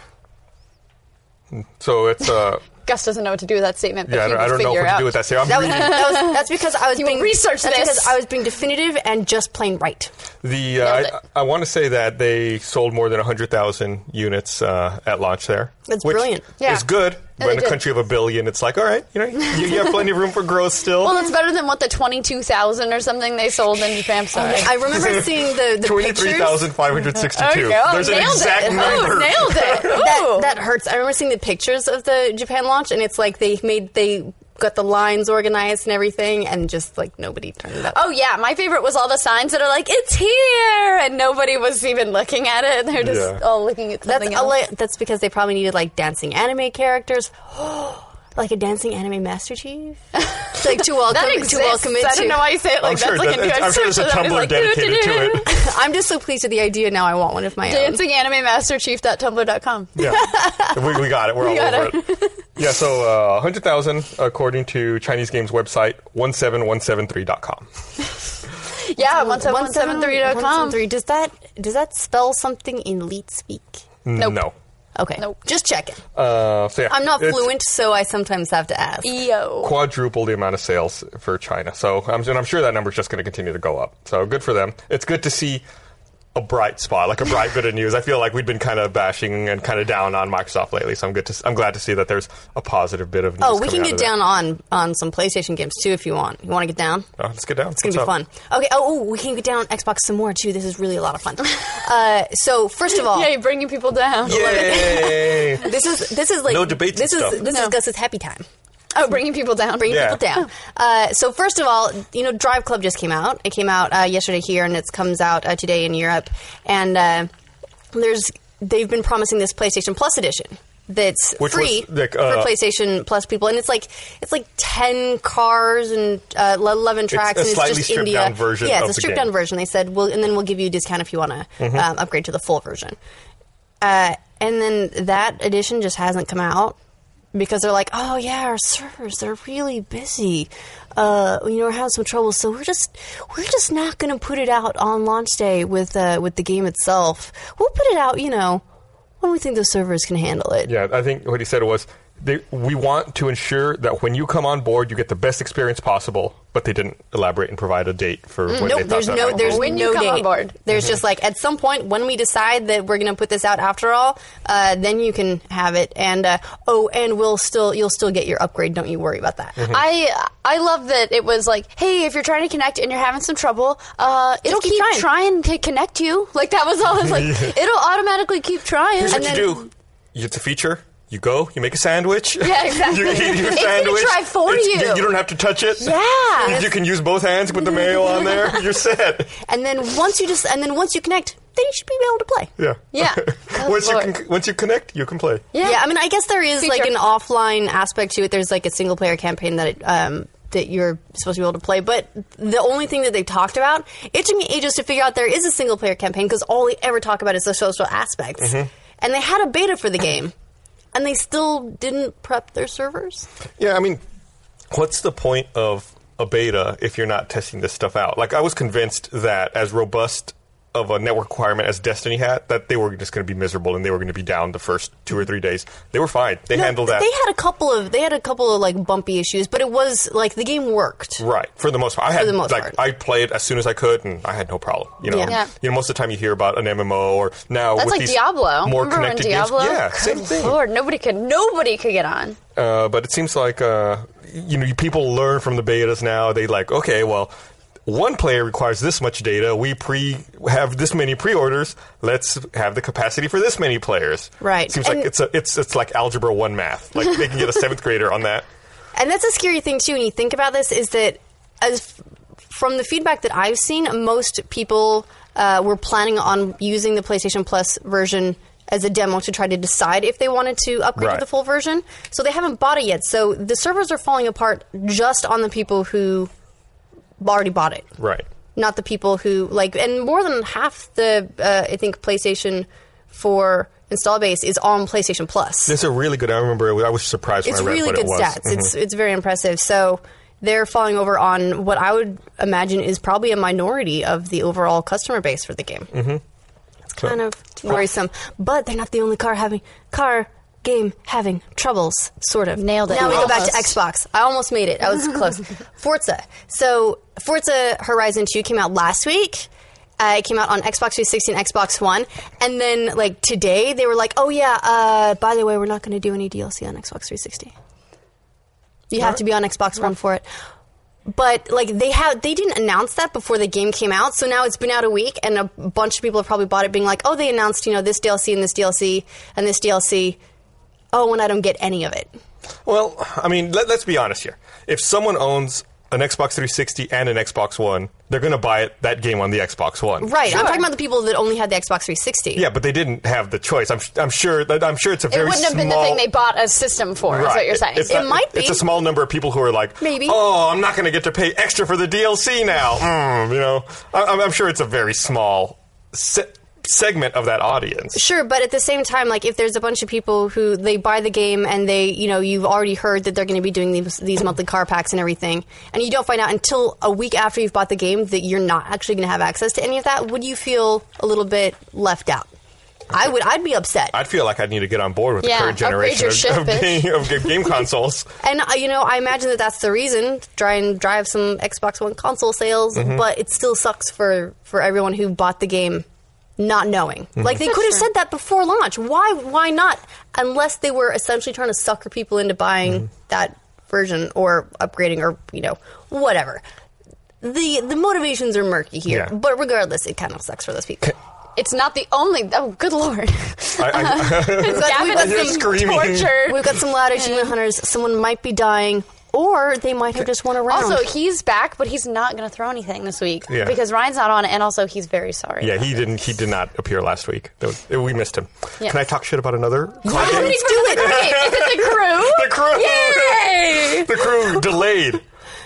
[SPEAKER 3] So it's
[SPEAKER 5] (laughs)
[SPEAKER 3] uh,
[SPEAKER 5] Gus doesn't know what to do with that statement. But
[SPEAKER 3] yeah, I
[SPEAKER 5] he
[SPEAKER 3] don't,
[SPEAKER 5] will
[SPEAKER 3] I don't know
[SPEAKER 5] figure
[SPEAKER 3] what
[SPEAKER 5] out.
[SPEAKER 3] to do with that. Sarah. I'm
[SPEAKER 4] That was,
[SPEAKER 3] reading
[SPEAKER 5] (laughs)
[SPEAKER 4] that was that's because I was
[SPEAKER 5] You
[SPEAKER 4] being
[SPEAKER 5] researched
[SPEAKER 4] that's
[SPEAKER 5] this.
[SPEAKER 4] because I was being definitive and just plain right.
[SPEAKER 3] the. Uh,
[SPEAKER 5] Nailed
[SPEAKER 3] I,
[SPEAKER 5] it.
[SPEAKER 3] I want to say that they sold more than hundred thousand units uh, at launch there.
[SPEAKER 4] That's
[SPEAKER 3] which
[SPEAKER 4] brilliant.
[SPEAKER 5] Yeah.
[SPEAKER 3] is good.
[SPEAKER 5] they
[SPEAKER 3] But in a
[SPEAKER 5] did.
[SPEAKER 3] country of a billion, it's like, all right, you know, you, you have plenty of room for growth still.
[SPEAKER 5] Well, it's better than what the twenty-two thousand or something they sold in Japan. Sorry.
[SPEAKER 3] Oh,
[SPEAKER 4] I remember seeing the, the pictures.
[SPEAKER 3] 23,562.
[SPEAKER 5] There you go.
[SPEAKER 3] There's an
[SPEAKER 5] Oh, Nailed it. (laughs)
[SPEAKER 3] exact
[SPEAKER 5] Oh,
[SPEAKER 3] number. (laughs)
[SPEAKER 5] nailed it.
[SPEAKER 4] That,
[SPEAKER 5] Ooh.
[SPEAKER 4] that hurts. I remember seeing the pictures of the Japan launch, and it's like they made they got the lines organized and everything, and just like nobody turned up.
[SPEAKER 5] Oh yeah, my favorite was all the signs that are like "It's here" and nobody was even looking at it. They're just
[SPEAKER 3] Yeah.
[SPEAKER 5] all looking at
[SPEAKER 4] that's
[SPEAKER 5] something
[SPEAKER 4] a
[SPEAKER 5] else.
[SPEAKER 4] li- that's because they probably needed like dancing anime characters. (gasps) Like a dancing anime Master
[SPEAKER 5] (laughs)
[SPEAKER 4] Chief, like to welcome
[SPEAKER 5] That
[SPEAKER 4] to
[SPEAKER 5] exists.
[SPEAKER 4] welcome it.
[SPEAKER 5] I don't
[SPEAKER 4] to-
[SPEAKER 5] know why you say it like
[SPEAKER 3] I'm sure,
[SPEAKER 5] that's like a new.
[SPEAKER 3] that, I'm sure there's a
[SPEAKER 5] (laughs) searched it
[SPEAKER 3] Tumblr
[SPEAKER 5] up, it's like,
[SPEAKER 3] dedicated to
[SPEAKER 5] "Doo-doo-doo." (laughs)
[SPEAKER 3] it.
[SPEAKER 4] I'm just so pleased with the idea now. I want one of my own.
[SPEAKER 5] DancingAnimeMasterChief.tumblr.com.
[SPEAKER 3] Yeah, we, we got it. We're all
[SPEAKER 5] got
[SPEAKER 3] over it.
[SPEAKER 5] (laughs)
[SPEAKER 3] Yeah, so uh, 100,000 according to Chinese Games website 17173.com.
[SPEAKER 5] Yeah,
[SPEAKER 4] One seven one seven three dot com.
[SPEAKER 5] 17173.com.
[SPEAKER 4] Does that does that spell something in elite speak?
[SPEAKER 5] Nope.
[SPEAKER 3] No.
[SPEAKER 4] Okay.
[SPEAKER 5] Nope.
[SPEAKER 4] Just checking.
[SPEAKER 3] Uh, so yeah,
[SPEAKER 4] I'm not
[SPEAKER 3] it's
[SPEAKER 4] fluent, so I sometimes have to ask.
[SPEAKER 5] E- Yo.
[SPEAKER 3] Quadruple the amount of sales for China. So I'm, and I'm sure that number's just going to continue to go up. So good for them. It's good to see a bright spot, like a bright bit of news. I feel like we've been kind of bashing and kind of down on Microsoft lately. So I'm good to. I'm glad to see that there's a positive bit of news.
[SPEAKER 4] Oh, we
[SPEAKER 3] coming
[SPEAKER 4] can
[SPEAKER 3] out
[SPEAKER 4] get
[SPEAKER 3] of that.
[SPEAKER 4] down on on some PlayStation games too if you want. You want to get down?
[SPEAKER 3] Oh, let's get down. It's
[SPEAKER 4] It's gonna be fun. Okay. Oh, ooh, we can get down on Xbox some more too. This is really a lot
[SPEAKER 5] (laughs)
[SPEAKER 4] of fun. uh, so first
[SPEAKER 3] Oh.
[SPEAKER 4] of all,
[SPEAKER 5] Yeah, you're bringing people down.
[SPEAKER 3] Yay!
[SPEAKER 4] (laughs) this is this is like
[SPEAKER 3] No debates
[SPEAKER 4] This is
[SPEAKER 3] and stuff.
[SPEAKER 4] this
[SPEAKER 5] No.
[SPEAKER 4] is Gus's happy time.
[SPEAKER 5] Oh, bringing people down. Bringing
[SPEAKER 3] Yeah.
[SPEAKER 4] people down. Uh, so first of all, you know, Drive Club just came out. It came out uh, yesterday here, and it comes out uh, today in Europe. And uh, there's they've been promising this PlayStation Plus edition that's
[SPEAKER 3] Which
[SPEAKER 4] free
[SPEAKER 3] was, like, uh,
[SPEAKER 4] for PlayStation Plus people, and it's like it's like ten cars and uh, eleven tracks,
[SPEAKER 3] a
[SPEAKER 4] and
[SPEAKER 3] slightly
[SPEAKER 4] it's just
[SPEAKER 3] stripped
[SPEAKER 4] India.
[SPEAKER 3] down version
[SPEAKER 4] yeah, it's
[SPEAKER 3] of
[SPEAKER 4] a
[SPEAKER 3] the
[SPEAKER 4] stripped
[SPEAKER 3] game. Mm-hmm.
[SPEAKER 4] down version. They said, well, and then we'll give you a discount if you want to um, upgrade to the full version. Uh, and then that edition just hasn't come out because they're like, oh yeah, our servers they're really busy. Uh, you know, we're having some trouble, so we're just we're just not going to put it out on launch day with uh, with the game itself. We'll put it out, you know, when we think those servers can handle it.
[SPEAKER 3] Yeah, I think what he said was they, we want to ensure that when you come on board, you get the best experience possible. But they didn't elaborate and provide a date for when they
[SPEAKER 4] Mm, Nope,
[SPEAKER 3] thought
[SPEAKER 4] there's
[SPEAKER 3] that
[SPEAKER 4] no
[SPEAKER 3] might
[SPEAKER 4] there's
[SPEAKER 3] be.
[SPEAKER 5] When
[SPEAKER 4] no
[SPEAKER 5] you come
[SPEAKER 4] date.
[SPEAKER 5] on board.
[SPEAKER 4] There's just like at some point when we decide that we're going to put this out after all, uh, then you can have it. And uh, oh, and we'll still you'll still get your upgrade. Don't you worry about that.
[SPEAKER 5] Mm-hmm. I I love that it was like, hey, if you're trying to connect and you're having some trouble, uh, it'll
[SPEAKER 4] keep
[SPEAKER 5] keep,
[SPEAKER 4] trying.
[SPEAKER 5] trying. to connect you. Like that was all. I was
[SPEAKER 3] (laughs)
[SPEAKER 5] like, it'll automatically keep trying.
[SPEAKER 3] Here's
[SPEAKER 5] and
[SPEAKER 3] what
[SPEAKER 5] then,
[SPEAKER 3] you do. You- It's a feature. You go. You make a sandwich.
[SPEAKER 5] (laughs) Yeah, exactly.
[SPEAKER 3] you eat your
[SPEAKER 5] It's gonna
[SPEAKER 3] sandwich.
[SPEAKER 5] try for
[SPEAKER 3] It's-
[SPEAKER 5] you.
[SPEAKER 3] You don't have to touch it.
[SPEAKER 5] Yeah.
[SPEAKER 3] You can use both hands. Put the mayo on
[SPEAKER 5] (laughs)
[SPEAKER 3] there. You're set.
[SPEAKER 4] And then once you just and then once you connect, then you should be able to play.
[SPEAKER 3] Yeah. (laughs)
[SPEAKER 5] Yeah. Oh,
[SPEAKER 3] once you
[SPEAKER 5] Lord.
[SPEAKER 3] con- once you connect, you can play.
[SPEAKER 5] Yeah.
[SPEAKER 4] I mean, I guess there is like
[SPEAKER 5] Feature.
[SPEAKER 4] an offline aspect to it. There's like a single player campaign that it, um, that you're supposed to be able to play. But the only thing that they talked about, it took me ages to figure out there is a single player campaign because all they ever talk about is the social aspects. And they had a beta for the game, and they still didn't prep their servers.
[SPEAKER 3] Yeah, I mean, what's the point of a beta if you're not testing this stuff out? Like, I was convinced that as robust of a network requirement as Destiny had, that they were just going to be miserable and they were going to be down the first two or three days. They were fine. They
[SPEAKER 4] No,
[SPEAKER 3] handled that
[SPEAKER 4] They had a couple of they had a couple of like bumpy issues, but it was like the game worked.
[SPEAKER 3] right for the most part. I had
[SPEAKER 4] the most
[SPEAKER 3] like
[SPEAKER 4] part.
[SPEAKER 3] I played as soon as I could, and I had no problem. You know,
[SPEAKER 4] Yeah. Yeah.
[SPEAKER 3] you know, most of the time you hear about an MMO or now
[SPEAKER 5] That's
[SPEAKER 3] with
[SPEAKER 5] like
[SPEAKER 3] these
[SPEAKER 5] Diablo.
[SPEAKER 3] more
[SPEAKER 5] Remember when
[SPEAKER 3] connected
[SPEAKER 5] Diablo?
[SPEAKER 3] games. Yeah,
[SPEAKER 5] Good
[SPEAKER 4] (laughs)
[SPEAKER 3] same thing.
[SPEAKER 5] Lord, nobody could nobody could get on.
[SPEAKER 3] Uh, but it seems like uh, you know people learn from the betas now. They like okay, well, one player requires this much data. We pre have this many pre-orders. Let's have the capacity for this many players.
[SPEAKER 4] Right.
[SPEAKER 3] Seems
[SPEAKER 4] And-
[SPEAKER 3] like it's a, it's it's like algebra one math. Like they can
[SPEAKER 4] (laughs)
[SPEAKER 3] get a seventh grader on that.
[SPEAKER 4] And that's a scary thing too. When you think about this, is that as from the feedback that I've seen, most people uh, were planning on using the PlayStation Plus version as a demo to try to decide if they wanted to upgrade to
[SPEAKER 3] Right.
[SPEAKER 4] the full version. So they haven't bought it yet. So the servers are falling apart just on the people who already bought it
[SPEAKER 3] Right.
[SPEAKER 4] not the people who like and more than half the uh, i think playstation 4 install base is on playstation plus
[SPEAKER 3] It's a really good. I remember. I was surprised
[SPEAKER 4] it's
[SPEAKER 3] when I read
[SPEAKER 4] really
[SPEAKER 3] what
[SPEAKER 4] good
[SPEAKER 3] it was. Mm-hmm.
[SPEAKER 4] stats. It's it's very impressive. So they're falling over on what I would imagine is probably a minority of the overall customer base for the game. Mm-hmm. It's kind of worrisome, but they're not the only car having car game having troubles. Sort of
[SPEAKER 5] Nailed it.
[SPEAKER 4] Now we go back to
[SPEAKER 5] Almost.
[SPEAKER 4] Xbox. I almost made
[SPEAKER 5] (laughs)
[SPEAKER 4] it. I was close. Forza. So Forza Horizon Two came out last week. Uh, it came out on Xbox 360 and Xbox One, and then like today they were like, "Oh yeah, uh, by the way, we're not going to do any DLC on Xbox 360. You have to be on Xbox One for it." But like they have, they didn't announce that before the game came out, so now it's been out a week, and a bunch of people have probably bought it, being like, "Oh, they announced you know this DLC and this DLC and this DLC." Oh, and I don't get any of it.
[SPEAKER 3] Well, I mean, let, let's be honest here. If someone owns an Xbox 360 and an Xbox One, they're going to buy it, that game on the Xbox One.
[SPEAKER 4] Right. I'm talking about the people that only had the Xbox 360.
[SPEAKER 3] Yeah, but they didn't have the choice. I'm, I'm sure. I'm sure it's a
[SPEAKER 5] It
[SPEAKER 3] very
[SPEAKER 5] wouldn't have been the
[SPEAKER 3] small-
[SPEAKER 5] thing they bought a system for, is what you're
[SPEAKER 3] It-
[SPEAKER 5] saying.
[SPEAKER 3] it's not-
[SPEAKER 4] might
[SPEAKER 3] It's
[SPEAKER 4] be.
[SPEAKER 3] a small number of people who are like,
[SPEAKER 4] Maybe.
[SPEAKER 3] Oh, I'm not going to get to pay extra for the DLC
[SPEAKER 5] (laughs)
[SPEAKER 3] now. Mm, you know, I, I'm- I'm sure it's a very small se- segment of that audience.
[SPEAKER 4] Sure, but at the same time, like if there's a bunch of people who they buy the game and they, you know, you've already heard that they're going to be doing these, these monthly car packs and everything, and you don't find out until a week after you've bought the game that you're not actually going to have access to any of that, would you feel a little bit left out? I would. I'd be upset.
[SPEAKER 3] I'd feel like I'd need to get on board with
[SPEAKER 5] Yeah,
[SPEAKER 3] the current
[SPEAKER 5] upgrade
[SPEAKER 3] generation
[SPEAKER 5] your
[SPEAKER 3] of, of,
[SPEAKER 5] ship,
[SPEAKER 3] game, of g-
[SPEAKER 5] (laughs)
[SPEAKER 3] game consoles.
[SPEAKER 4] And uh, you know, I imagine that that's the reason try and drive some Xbox One console sales, but it still sucks for for everyone who bought the game not knowing. Like they could have said that before launch. Why why not? Unless they were essentially trying to sucker people into buying that version or upgrading or you know whatever. The the motivations are murky here,
[SPEAKER 3] Yeah.
[SPEAKER 4] but regardless, it kind of sucks for those people.
[SPEAKER 5] It's not the only. Oh, good lord. (laughs)
[SPEAKER 3] I, I,
[SPEAKER 4] We've got- we've
[SPEAKER 5] Gavin
[SPEAKER 4] got
[SPEAKER 3] hear
[SPEAKER 5] is
[SPEAKER 4] some-
[SPEAKER 5] being
[SPEAKER 3] screaming.
[SPEAKER 5] tortured.
[SPEAKER 4] We've got some loud achievement hunters. Someone might be dying, or they might have just won a round.
[SPEAKER 5] Also, he's back, but he's not going to throw anything this week
[SPEAKER 3] Um, Yeah.
[SPEAKER 5] because Ryan's not on it, and also he's very sorry.
[SPEAKER 3] yeah, he didn't. He did not appear last week. That was- We missed him.
[SPEAKER 5] Yeah.
[SPEAKER 3] Can I talk shit about another?
[SPEAKER 5] Why
[SPEAKER 3] card
[SPEAKER 5] is
[SPEAKER 3] game?
[SPEAKER 5] (laughs) it even the crew
[SPEAKER 3] (laughs)
[SPEAKER 5] game? Is
[SPEAKER 3] The
[SPEAKER 5] it the crew?
[SPEAKER 3] crew.
[SPEAKER 5] Yay!
[SPEAKER 3] the crew delayed.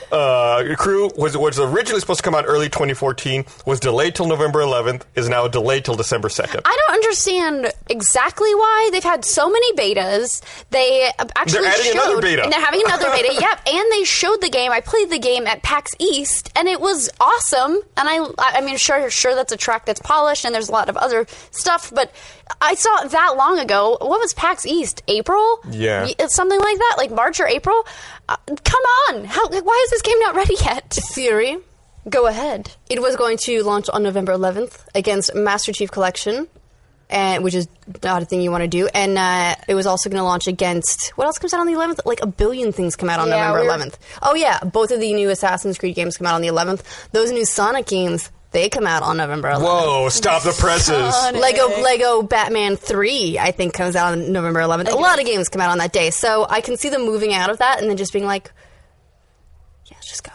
[SPEAKER 3] Uh, the crew was was originally supposed to come out early 2014. Was delayed till November 11th. Is now delayed till December 2nd.
[SPEAKER 5] I don't understand exactly why they've had so many betas. They uh, actually
[SPEAKER 3] They're adding
[SPEAKER 5] showed,
[SPEAKER 3] another beta.
[SPEAKER 5] and they're having another
[SPEAKER 3] (laughs)
[SPEAKER 5] beta. Yep, and they showed the game. I played the game at PAX East, and it was awesome. And I, I I mean, sure, sure, that's a track that's polished, and there's a lot of other stuff. But I saw it that long ago. What was PAX East? April?
[SPEAKER 3] Yeah.
[SPEAKER 5] Y- it's something like that, like March or April. Uh, come on, how? Why is this game not ready yet?
[SPEAKER 4] theory.
[SPEAKER 5] Go ahead.
[SPEAKER 4] It was going to launch on November 11th against Master Chief Collection, and, which is not a thing you want to do. And uh, it was also going to launch against what else comes out on the 11th? Like a billion things come out on
[SPEAKER 5] Yeah,
[SPEAKER 4] November
[SPEAKER 5] we were-
[SPEAKER 4] 11th. Oh yeah, both of the new Assassin's Creed games come out on the 11th. Those new Sonic games they come out on November 11th.
[SPEAKER 3] Whoa! Stop the presses.
[SPEAKER 4] Lego Lego Batman 3 I think comes out on November 11th. A lot of games come out on that day. So I can see them moving out of that and then just being like yeah, let's just go.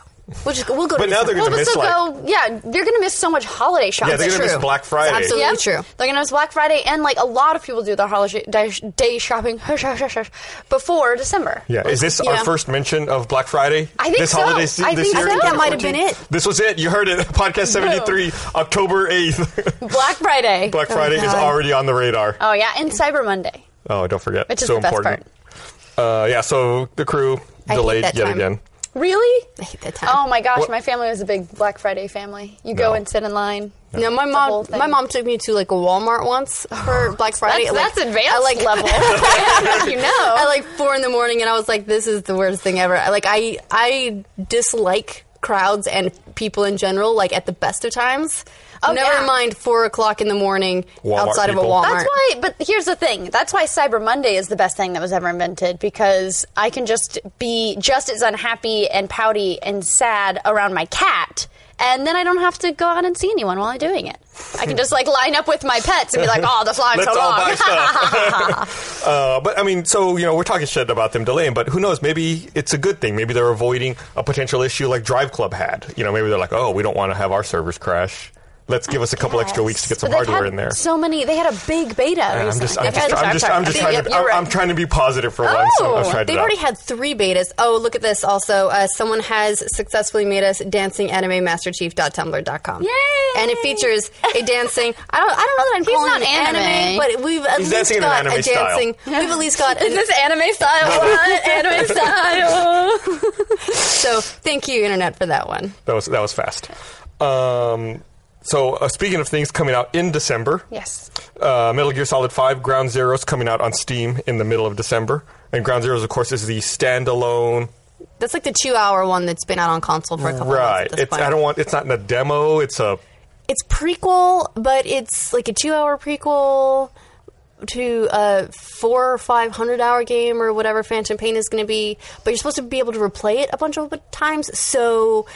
[SPEAKER 4] We'll just go. We'll go
[SPEAKER 3] But
[SPEAKER 4] to
[SPEAKER 3] now they're gonna
[SPEAKER 5] Well,
[SPEAKER 4] December.
[SPEAKER 5] but
[SPEAKER 3] miss
[SPEAKER 5] so
[SPEAKER 3] like
[SPEAKER 5] go, yeah, they're going to miss so much holiday shopping.
[SPEAKER 3] yeah, they're gonna miss
[SPEAKER 4] true.
[SPEAKER 3] Black Friday.
[SPEAKER 4] It's absolutely- true.
[SPEAKER 5] They're gonna miss Black Friday, and like a lot of people do their holiday day shopping hush, hush, hush, hush, before December.
[SPEAKER 3] Yeah, is this
[SPEAKER 4] Yeah.
[SPEAKER 3] our first mention of Black Friday?
[SPEAKER 5] I think
[SPEAKER 3] this
[SPEAKER 5] so.
[SPEAKER 3] holiday se-
[SPEAKER 5] I
[SPEAKER 3] this
[SPEAKER 5] think
[SPEAKER 3] year?
[SPEAKER 5] so. I think that
[SPEAKER 4] might have been it.
[SPEAKER 3] This was it. You heard it. (laughs) Podcast 73, October 8th.
[SPEAKER 5] Black Friday.
[SPEAKER 3] (laughs) Black Friday is
[SPEAKER 4] God.
[SPEAKER 3] already on the radar.
[SPEAKER 5] oh yeah, and Cyber Monday.
[SPEAKER 3] Oh, don't forget.
[SPEAKER 5] Which is
[SPEAKER 3] so
[SPEAKER 5] the best
[SPEAKER 3] important. Uh, yeah, so the crew
[SPEAKER 4] hate
[SPEAKER 3] delayed
[SPEAKER 4] that
[SPEAKER 3] yet
[SPEAKER 4] time.
[SPEAKER 3] again.
[SPEAKER 5] Really?
[SPEAKER 4] I hate that time.
[SPEAKER 5] Oh my gosh,
[SPEAKER 3] What-
[SPEAKER 5] my family was a big Black Friday family. You go
[SPEAKER 3] No.
[SPEAKER 5] and sit in line.
[SPEAKER 4] No, my
[SPEAKER 5] whole
[SPEAKER 4] mom.
[SPEAKER 5] thing. Oh.
[SPEAKER 4] My mom took me to like a Walmart once for Black Friday.
[SPEAKER 5] That's,
[SPEAKER 4] like,
[SPEAKER 5] that's (laughs) advanced
[SPEAKER 4] I, like,
[SPEAKER 5] level. I you know.
[SPEAKER 4] At like four in the morning, and I was like, "This is the worst thing ever." I- Like, I I dislike crowds and people in general. Like at the best of times.
[SPEAKER 5] Oh,
[SPEAKER 4] Never
[SPEAKER 5] yeah.
[SPEAKER 4] mind four o'clock in the morning
[SPEAKER 3] Walmart
[SPEAKER 4] outside of a
[SPEAKER 3] people.
[SPEAKER 4] Walmart.
[SPEAKER 5] That's why, but here's the thing. That's why Cyber Monday is the best thing that was ever invented because I can just be just as unhappy and pouty and sad around my cat. And then I don't have to go out and see anyone while I'm doing it. I can just like line up with my pets and be like, "Oh, this line's
[SPEAKER 3] Let's
[SPEAKER 5] so
[SPEAKER 3] all buy
[SPEAKER 5] (laughs) long."
[SPEAKER 3] stuff. (laughs) uh, but I mean, so you know, we're talking shit about them delaying, but who knows? Maybe it's a good thing. Maybe they're avoiding a potential issue like Drive Club had. You know, maybe they're like, oh, we don't want to have our servers crash. Let's give us a couple extra weeks to get
[SPEAKER 5] But
[SPEAKER 3] some
[SPEAKER 5] they've
[SPEAKER 3] hardware
[SPEAKER 5] had
[SPEAKER 3] in there.
[SPEAKER 5] So many. They had a big beta.
[SPEAKER 3] And I'm
[SPEAKER 5] recently.
[SPEAKER 3] just, I'm
[SPEAKER 5] They've
[SPEAKER 3] just,
[SPEAKER 5] had-
[SPEAKER 3] I'm just, I'm just
[SPEAKER 5] sorry,
[SPEAKER 3] trying to,
[SPEAKER 5] you're
[SPEAKER 3] I'm, I'm
[SPEAKER 5] right.
[SPEAKER 3] trying to be positive for once. So
[SPEAKER 5] Oh,
[SPEAKER 3] I've tried
[SPEAKER 4] They've
[SPEAKER 3] it
[SPEAKER 4] already
[SPEAKER 3] out.
[SPEAKER 4] had three betas. Oh, look at this. Also, uh, someone has successfully made us dancing anime masterchief.tumblr.com. Yay! And it features a dancing. I don't. I don't know that I'm
[SPEAKER 5] He's
[SPEAKER 4] calling
[SPEAKER 5] not
[SPEAKER 4] it anime,
[SPEAKER 5] anime.
[SPEAKER 4] but we've at
[SPEAKER 3] He's
[SPEAKER 4] least
[SPEAKER 3] dancing in an
[SPEAKER 4] got
[SPEAKER 3] anime
[SPEAKER 4] a
[SPEAKER 3] style.
[SPEAKER 4] dancing. We've at least got.
[SPEAKER 5] Is this anime
[SPEAKER 4] (laughs)
[SPEAKER 5] style? What? anime style.
[SPEAKER 4] so thank you, internet, for that one.
[SPEAKER 3] That was that was fast. Um, so uh, speaking of things coming out in December,
[SPEAKER 5] Yes.
[SPEAKER 3] uh, Metal Gear Solid Five Ground Zeroes coming out on Steam in the middle of December, and Ground Zeroes, of course, is the
[SPEAKER 5] Oh,
[SPEAKER 3] standalone.
[SPEAKER 4] That's like the two-hour one that's been out on console for a couple of months.
[SPEAKER 3] Right.
[SPEAKER 4] At this
[SPEAKER 3] It's
[SPEAKER 4] point.
[SPEAKER 3] I don't want. It's not in a demo. It's a
[SPEAKER 4] it's prequel, but it's like a two-hour prequel to a four or five hundred hour game or whatever Phantom Pain is going to be. But you're supposed to be able to replay it a bunch of times, so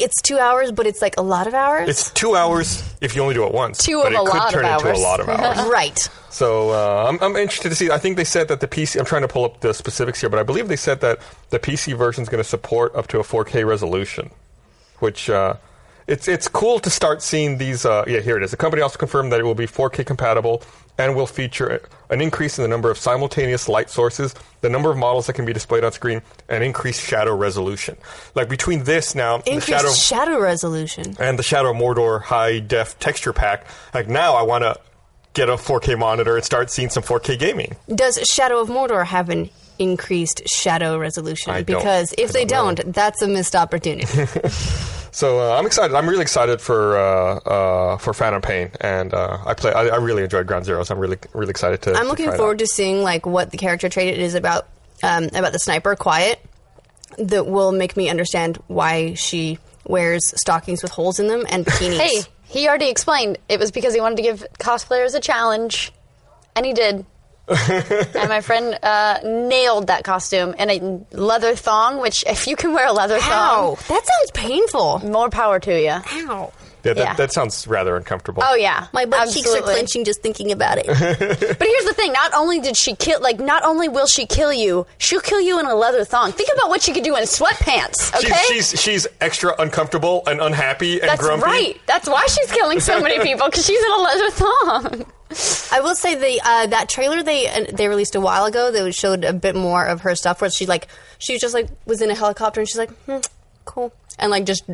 [SPEAKER 4] it's two hours, but it's like a lot of hours.
[SPEAKER 3] It's two hours if you only do it once.
[SPEAKER 5] Two
[SPEAKER 3] but
[SPEAKER 5] of
[SPEAKER 3] it
[SPEAKER 5] a
[SPEAKER 3] could
[SPEAKER 5] lot of
[SPEAKER 3] turn into
[SPEAKER 5] hours.
[SPEAKER 3] a lot
[SPEAKER 5] (laughs)
[SPEAKER 3] of hours.
[SPEAKER 4] Uh, right.
[SPEAKER 3] So uh, I'm, I'm interested to see. I think they said that the PC. I'm trying to pull up the specifics here, but I believe they said that the PC version is going to support up to a 4K resolution, which uh, it's it's cool to start seeing these. Uh, yeah, here it is. The company also confirmed that it will be 4K compatible and will feature an increase in the number of simultaneous light sources, the number of models that can be displayed on screen, and increased shadow resolution. Like between this now, and the
[SPEAKER 4] Increased
[SPEAKER 3] shadow
[SPEAKER 4] shadow, resolution.
[SPEAKER 3] and the Shadow of Mordor high def texture pack. Like now, I want to get a 4K monitor and start seeing some 4K gaming.
[SPEAKER 4] Does Shadow of Mordor have an increased shadow resolution?
[SPEAKER 3] I don't-
[SPEAKER 4] because if
[SPEAKER 3] I
[SPEAKER 4] they
[SPEAKER 3] don't
[SPEAKER 4] don't,
[SPEAKER 3] know.
[SPEAKER 4] that's a missed opportunity.
[SPEAKER 3] So uh, I'm excited. I'm really excited for uh, uh, for Phantom Pain, and uh, I play. I, I really enjoyed Ground Zero, so I'm really really excited to.
[SPEAKER 4] I'm looking forward to seeing like what the character trait it is about um, about the sniper quiet that will make me understand why she wears stockings with holes in them and bikinis.
[SPEAKER 5] Hey, he already explained it was because he wanted to give cosplayers a challenge, and he
[SPEAKER 4] (laughs)
[SPEAKER 5] did. and my friend uh, nailed that costume in a leather thong. Which, if you can wear a leather
[SPEAKER 4] Ow, that sounds painful.
[SPEAKER 5] thong, more power to you.
[SPEAKER 4] Ow.
[SPEAKER 3] Yeah, that,
[SPEAKER 5] yeah.
[SPEAKER 3] that sounds rather uncomfortable.
[SPEAKER 5] Oh yeah,
[SPEAKER 4] My butt cheeks are
[SPEAKER 5] Absolutely.
[SPEAKER 4] clenching just thinking about it.
[SPEAKER 5] But here's the thing: not only did she kill, like, not only will she kill you, she'll kill you in a leather thong. Think about what she could do in sweatpants. Okay,
[SPEAKER 3] She's, she's she's extra uncomfortable and unhappy and
[SPEAKER 5] that's
[SPEAKER 3] grumpy.
[SPEAKER 5] right. That's why she's killing so
[SPEAKER 4] (laughs)
[SPEAKER 5] many people because she's in a leather thong.
[SPEAKER 4] I will say the uh, that trailer they uh, they released a while ago that showed a bit more of her stuff where she like she was just like was in a helicopter and she's like hmm, cool and like just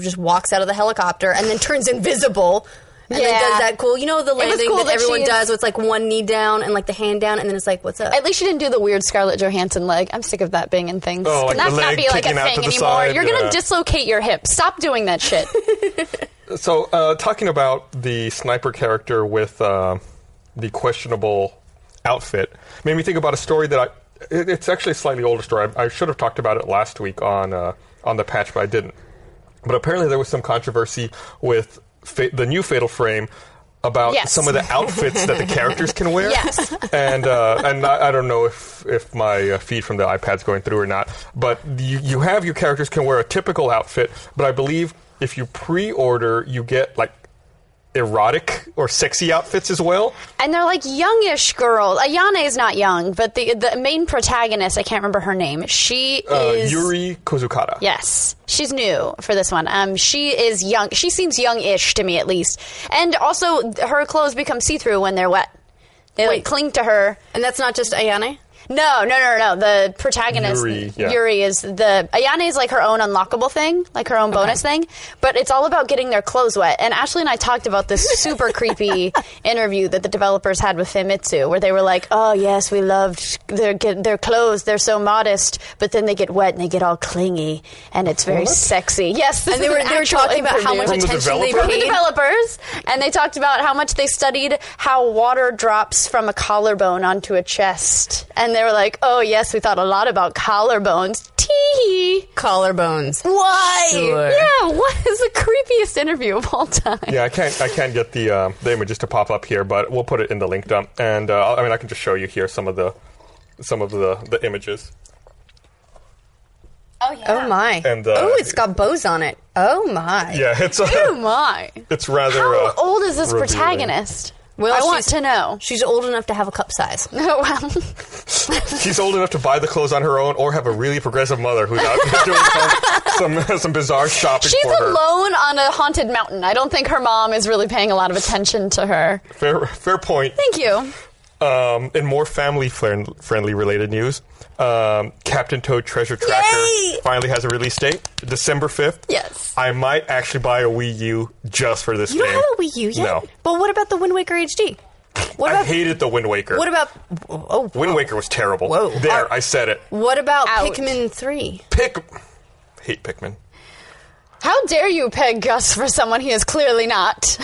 [SPEAKER 4] just walks out of the helicopter and then turns invisible. And then
[SPEAKER 5] Yeah.
[SPEAKER 4] does that cool, you know, the
[SPEAKER 5] was
[SPEAKER 4] landing
[SPEAKER 5] cool
[SPEAKER 4] that,
[SPEAKER 5] that
[SPEAKER 4] everyone
[SPEAKER 5] she's-
[SPEAKER 4] does. Where it's like one knee down and like the hand down, and then it's like, what's up?
[SPEAKER 5] At least she didn't do the weird Scarlett Johansson leg. I'm sick of that being in things.
[SPEAKER 3] Oh, like
[SPEAKER 5] Can
[SPEAKER 3] the
[SPEAKER 5] that not
[SPEAKER 3] leg
[SPEAKER 5] be like a
[SPEAKER 3] kicking out
[SPEAKER 5] thing
[SPEAKER 3] to the
[SPEAKER 5] anymore?
[SPEAKER 3] side,
[SPEAKER 5] You're gonna
[SPEAKER 3] yeah.
[SPEAKER 5] dislocate your hip. Stop doing
[SPEAKER 3] (laughs)
[SPEAKER 5] that shit.
[SPEAKER 3] So, uh, talking about the sniper character with uh, the questionable outfit made me think about a story that I. It, it's actually a slightly older story. I, I should have talked about it last week on uh, on the patch, but I didn't. But apparently, there was some controversy with fa- the new Fatal Frame about
[SPEAKER 5] Yes.
[SPEAKER 3] some of the outfits that the characters can wear.
[SPEAKER 5] Yes.
[SPEAKER 3] And uh, and I, I don't know if if my uh, feed from the iPad's going through or not, but you, you have your characters can wear a typical outfit, but I believe if you pre-order, you get like erotic or sexy outfits as well.
[SPEAKER 5] and they're like youngish girls. Ayane is not young, but the the main protagonist, I can't remember her name. She
[SPEAKER 3] Uh,
[SPEAKER 5] is
[SPEAKER 3] Yuri Kozukata.
[SPEAKER 5] Yes, she's new for this one. Um, she is young. She seems young-ish to me, at least. And also, her clothes become see-through when they're wet. They like
[SPEAKER 4] Wait.
[SPEAKER 5] cling to her.
[SPEAKER 4] and that's not just Ayane.
[SPEAKER 5] No, no, no, no. The protagonist
[SPEAKER 3] Yuri, yeah.
[SPEAKER 5] is the Ayane is like her own unlockable thing, like her own bonus thing. But it's all about getting their clothes wet. And Ashley and I talked about this
[SPEAKER 3] (laughs)
[SPEAKER 5] super creepy interview that the developers had with Famitsu, where they were like, "Oh yes, we loved their get, their clothes. They're so modest, but then they get wet and they get all clingy, and it's very sexy." Yes, this
[SPEAKER 4] And they
[SPEAKER 5] is
[SPEAKER 4] were
[SPEAKER 5] an
[SPEAKER 4] they were
[SPEAKER 5] actual
[SPEAKER 4] talking about how
[SPEAKER 5] interview
[SPEAKER 4] much
[SPEAKER 3] From the
[SPEAKER 4] attention they
[SPEAKER 3] developer?
[SPEAKER 5] from the
[SPEAKER 4] paid.
[SPEAKER 5] developers, and they talked about how much they studied how water drops from a collarbone onto a chest. And they were like, "Oh yes, we thought a lot about collarbones." Tee.
[SPEAKER 4] Collarbones.
[SPEAKER 5] Why?
[SPEAKER 4] Sure.
[SPEAKER 5] Yeah. What is the creepiest interview of all time?
[SPEAKER 3] Yeah, I can't. I can't get the um, the images to pop up here, but we'll put it in the link dump. And uh, I mean, I can just show you here some of the some of the the images.
[SPEAKER 5] Oh yeah.
[SPEAKER 4] Oh my.
[SPEAKER 3] And, uh,
[SPEAKER 4] oh, it's got bows on it. Oh my.
[SPEAKER 3] Yeah, it's uh,
[SPEAKER 5] Oh my.
[SPEAKER 3] (laughs) it's rather.
[SPEAKER 5] How
[SPEAKER 3] uh,
[SPEAKER 5] old is this
[SPEAKER 3] revealing.
[SPEAKER 5] protagonist?
[SPEAKER 4] Well,
[SPEAKER 5] I want
[SPEAKER 4] she's-
[SPEAKER 5] to know.
[SPEAKER 4] She's old enough to have a cup size.
[SPEAKER 5] Oh, (laughs) well,
[SPEAKER 3] She's old enough to buy the clothes on her own, or have a really progressive mother who's out
[SPEAKER 4] (laughs)
[SPEAKER 3] doing some, some some bizarre shopping
[SPEAKER 5] she's
[SPEAKER 3] for her.
[SPEAKER 5] alone on a haunted mountain. I don't think her mom is really paying a lot of attention to her.
[SPEAKER 3] Fair fair point.
[SPEAKER 5] Thank you.
[SPEAKER 3] Um, in more family friend, friendly related news, um, Captain Toad Treasure Tracker
[SPEAKER 5] Yay!
[SPEAKER 3] finally has a release date, December fifth.
[SPEAKER 5] Yes.
[SPEAKER 3] I might actually buy a Wii U just for this
[SPEAKER 4] You
[SPEAKER 3] game.
[SPEAKER 4] don't have a Wii U yet.
[SPEAKER 3] No,
[SPEAKER 4] But what about the Wind Waker HD? What
[SPEAKER 3] I
[SPEAKER 4] about
[SPEAKER 3] hated the Wind Waker.
[SPEAKER 4] what about oh
[SPEAKER 3] Wind Waker was terrible.
[SPEAKER 4] Whoa.
[SPEAKER 3] There,
[SPEAKER 4] Uh,
[SPEAKER 3] I said it.
[SPEAKER 4] what about
[SPEAKER 5] Ouch.
[SPEAKER 4] Pikmin three?
[SPEAKER 3] Pick. Hate Pikmin.
[SPEAKER 5] How dare you peg Gus for someone he is clearly not?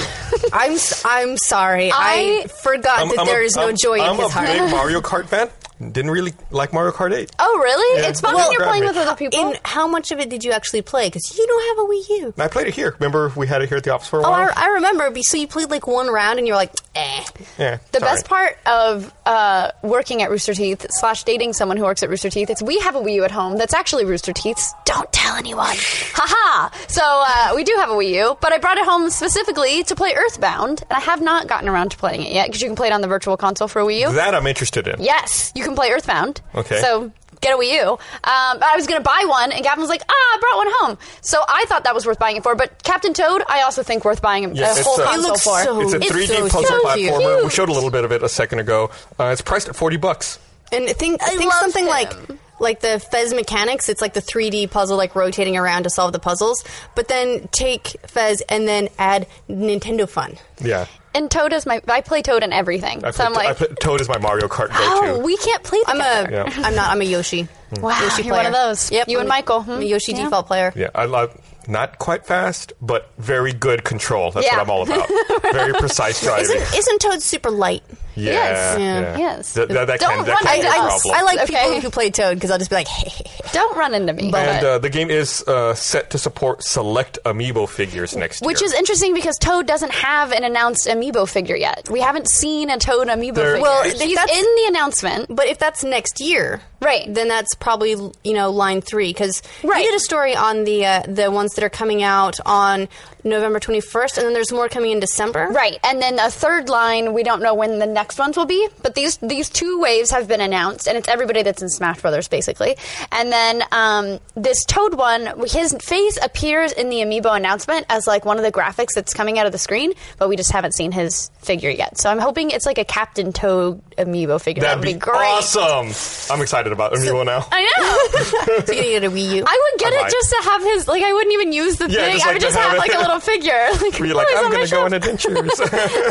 [SPEAKER 4] I'm s- I'm sorry. I,
[SPEAKER 5] I-
[SPEAKER 4] forgot that
[SPEAKER 3] a-
[SPEAKER 4] there is no
[SPEAKER 3] I'm-
[SPEAKER 4] joy
[SPEAKER 3] I'm
[SPEAKER 4] in his
[SPEAKER 3] a
[SPEAKER 4] heart.
[SPEAKER 3] big Mario Kart fan. didn't really like Mario Kart 8.
[SPEAKER 5] Oh, really?
[SPEAKER 3] Yeah.
[SPEAKER 5] It's fun
[SPEAKER 3] Well,
[SPEAKER 5] when you're
[SPEAKER 3] grab
[SPEAKER 5] playing
[SPEAKER 3] me.
[SPEAKER 5] with other people.
[SPEAKER 4] In how much of it did you actually play? Because you don't have a Wii U.
[SPEAKER 3] And I played it here. Remember, we had it here at the office for a
[SPEAKER 4] Oh,
[SPEAKER 3] while.
[SPEAKER 4] I, I remember. be- So you played like one round, and you were like, eh.
[SPEAKER 3] yeah,
[SPEAKER 5] the
[SPEAKER 3] sorry.
[SPEAKER 5] best part of uh, working at Rooster Teeth slash dating someone who works at Rooster Teeth is we have a Wii U at home that's actually Rooster Teeth's. Don't tell
[SPEAKER 4] (sighs)
[SPEAKER 5] anyone. Haha. So uh, we do have a Wii U, but I brought it home specifically to play Earthbound, and I have not gotten around to playing it yet because you can play it on the Virtual Console for a Wii U.
[SPEAKER 3] That I'm interested in.
[SPEAKER 5] Yes, you can play Earthbound.
[SPEAKER 3] Okay.
[SPEAKER 5] So get a Wii U. Um, I was going to buy one, and Gavin was like, "Ah, I brought one home." So I thought that was worth buying it for. But Captain Toad, I also think worth buying a
[SPEAKER 3] Yes,
[SPEAKER 5] a whole
[SPEAKER 3] it's, uh,
[SPEAKER 5] console
[SPEAKER 3] It
[SPEAKER 4] looks
[SPEAKER 5] for.
[SPEAKER 4] so-
[SPEAKER 3] It's a
[SPEAKER 4] It's
[SPEAKER 3] 3D
[SPEAKER 4] so
[SPEAKER 3] puzzle
[SPEAKER 4] cute.
[SPEAKER 3] platformer. We showed a little bit of it a second ago. Uh, it's priced at 40 bucks.
[SPEAKER 4] And I think I, think
[SPEAKER 5] love
[SPEAKER 4] something
[SPEAKER 5] him.
[SPEAKER 4] like like the Fez mechanics. It's like the 3D puzzle, like rotating around to solve the puzzles. But then take Fez and then add Nintendo fun.
[SPEAKER 3] Yeah.
[SPEAKER 5] And Toad is my. I play Toad in everything.
[SPEAKER 3] I
[SPEAKER 5] so I'm
[SPEAKER 3] played- I
[SPEAKER 5] like,
[SPEAKER 3] played- Toad is my Mario Kart
[SPEAKER 5] oh,
[SPEAKER 3] go-to.
[SPEAKER 5] we can't play
[SPEAKER 4] I'm
[SPEAKER 5] together.
[SPEAKER 4] a
[SPEAKER 3] Yeah.
[SPEAKER 4] am not. I'm
[SPEAKER 3] (laughs)
[SPEAKER 4] a Yoshi.
[SPEAKER 5] Wow,
[SPEAKER 4] Yoshi
[SPEAKER 5] you're one of those.
[SPEAKER 4] Yep.
[SPEAKER 5] You and
[SPEAKER 4] I'm-
[SPEAKER 5] Michael, hmm?
[SPEAKER 4] I'm a Yoshi
[SPEAKER 5] Yeah.
[SPEAKER 4] default player.
[SPEAKER 3] yeah, I love not quite fast, but very good control. That's
[SPEAKER 5] Yeah.
[SPEAKER 3] what I'm all about. very precise driving.
[SPEAKER 4] Isn't isn't Toad super light?
[SPEAKER 3] yeah,
[SPEAKER 5] Yes.
[SPEAKER 3] yeah.
[SPEAKER 4] Yeah.
[SPEAKER 5] Yes.
[SPEAKER 3] Th- that- that
[SPEAKER 5] Don't
[SPEAKER 3] can, that
[SPEAKER 5] run
[SPEAKER 3] can be
[SPEAKER 5] into
[SPEAKER 3] a
[SPEAKER 5] us.
[SPEAKER 3] problem.
[SPEAKER 4] I like
[SPEAKER 5] Okay.
[SPEAKER 4] people who play Toad because I'll just be like, (laughs)
[SPEAKER 5] Don't run into me.
[SPEAKER 3] and
[SPEAKER 5] But-
[SPEAKER 3] uh, the game is uh, set to support select amiibo figures next year.
[SPEAKER 5] which is interesting because Toad doesn't have an announced amiibo figure yet. We haven't seen a Toad amiibo
[SPEAKER 3] There-
[SPEAKER 5] figure.
[SPEAKER 3] Well,
[SPEAKER 5] he's
[SPEAKER 4] that's-
[SPEAKER 5] in the announcement.
[SPEAKER 4] But if that's next year,
[SPEAKER 5] Right.
[SPEAKER 4] Then that's probably you know line three because
[SPEAKER 5] Right.
[SPEAKER 4] you did a story on the uh, the ones that are coming out on November twenty first, and then there's more coming in December.
[SPEAKER 5] Right, and then a third line. We don't know when the next ones will be, but these these two waves have been announced, and it's everybody that's in Smash Brothers basically. And then um, this Toad one, his face appears in the amiibo announcement as like one of the graphics that's coming out of the screen, but we just haven't seen his figure yet. So I'm hoping it's like a Captain Toad amiibo figure.
[SPEAKER 3] That'd
[SPEAKER 5] would
[SPEAKER 3] be,
[SPEAKER 5] be, great.
[SPEAKER 3] awesome. I'm excited about amiibo now.
[SPEAKER 5] I know.
[SPEAKER 3] (laughs)
[SPEAKER 4] So you get a Wii U.
[SPEAKER 5] I would get
[SPEAKER 3] I
[SPEAKER 5] it
[SPEAKER 3] might.
[SPEAKER 5] just to have his like. I wouldn't even use the
[SPEAKER 3] Yeah,
[SPEAKER 5] thing.
[SPEAKER 3] just
[SPEAKER 5] I
[SPEAKER 3] like
[SPEAKER 5] would
[SPEAKER 3] to
[SPEAKER 5] just
[SPEAKER 3] have
[SPEAKER 5] have
[SPEAKER 3] it.
[SPEAKER 5] like a little figure. (laughs) Like,
[SPEAKER 3] Where you're
[SPEAKER 5] oh,
[SPEAKER 3] like,
[SPEAKER 5] he's
[SPEAKER 3] I'm
[SPEAKER 5] on my
[SPEAKER 3] going to go
[SPEAKER 5] shelf.
[SPEAKER 3] on adventures.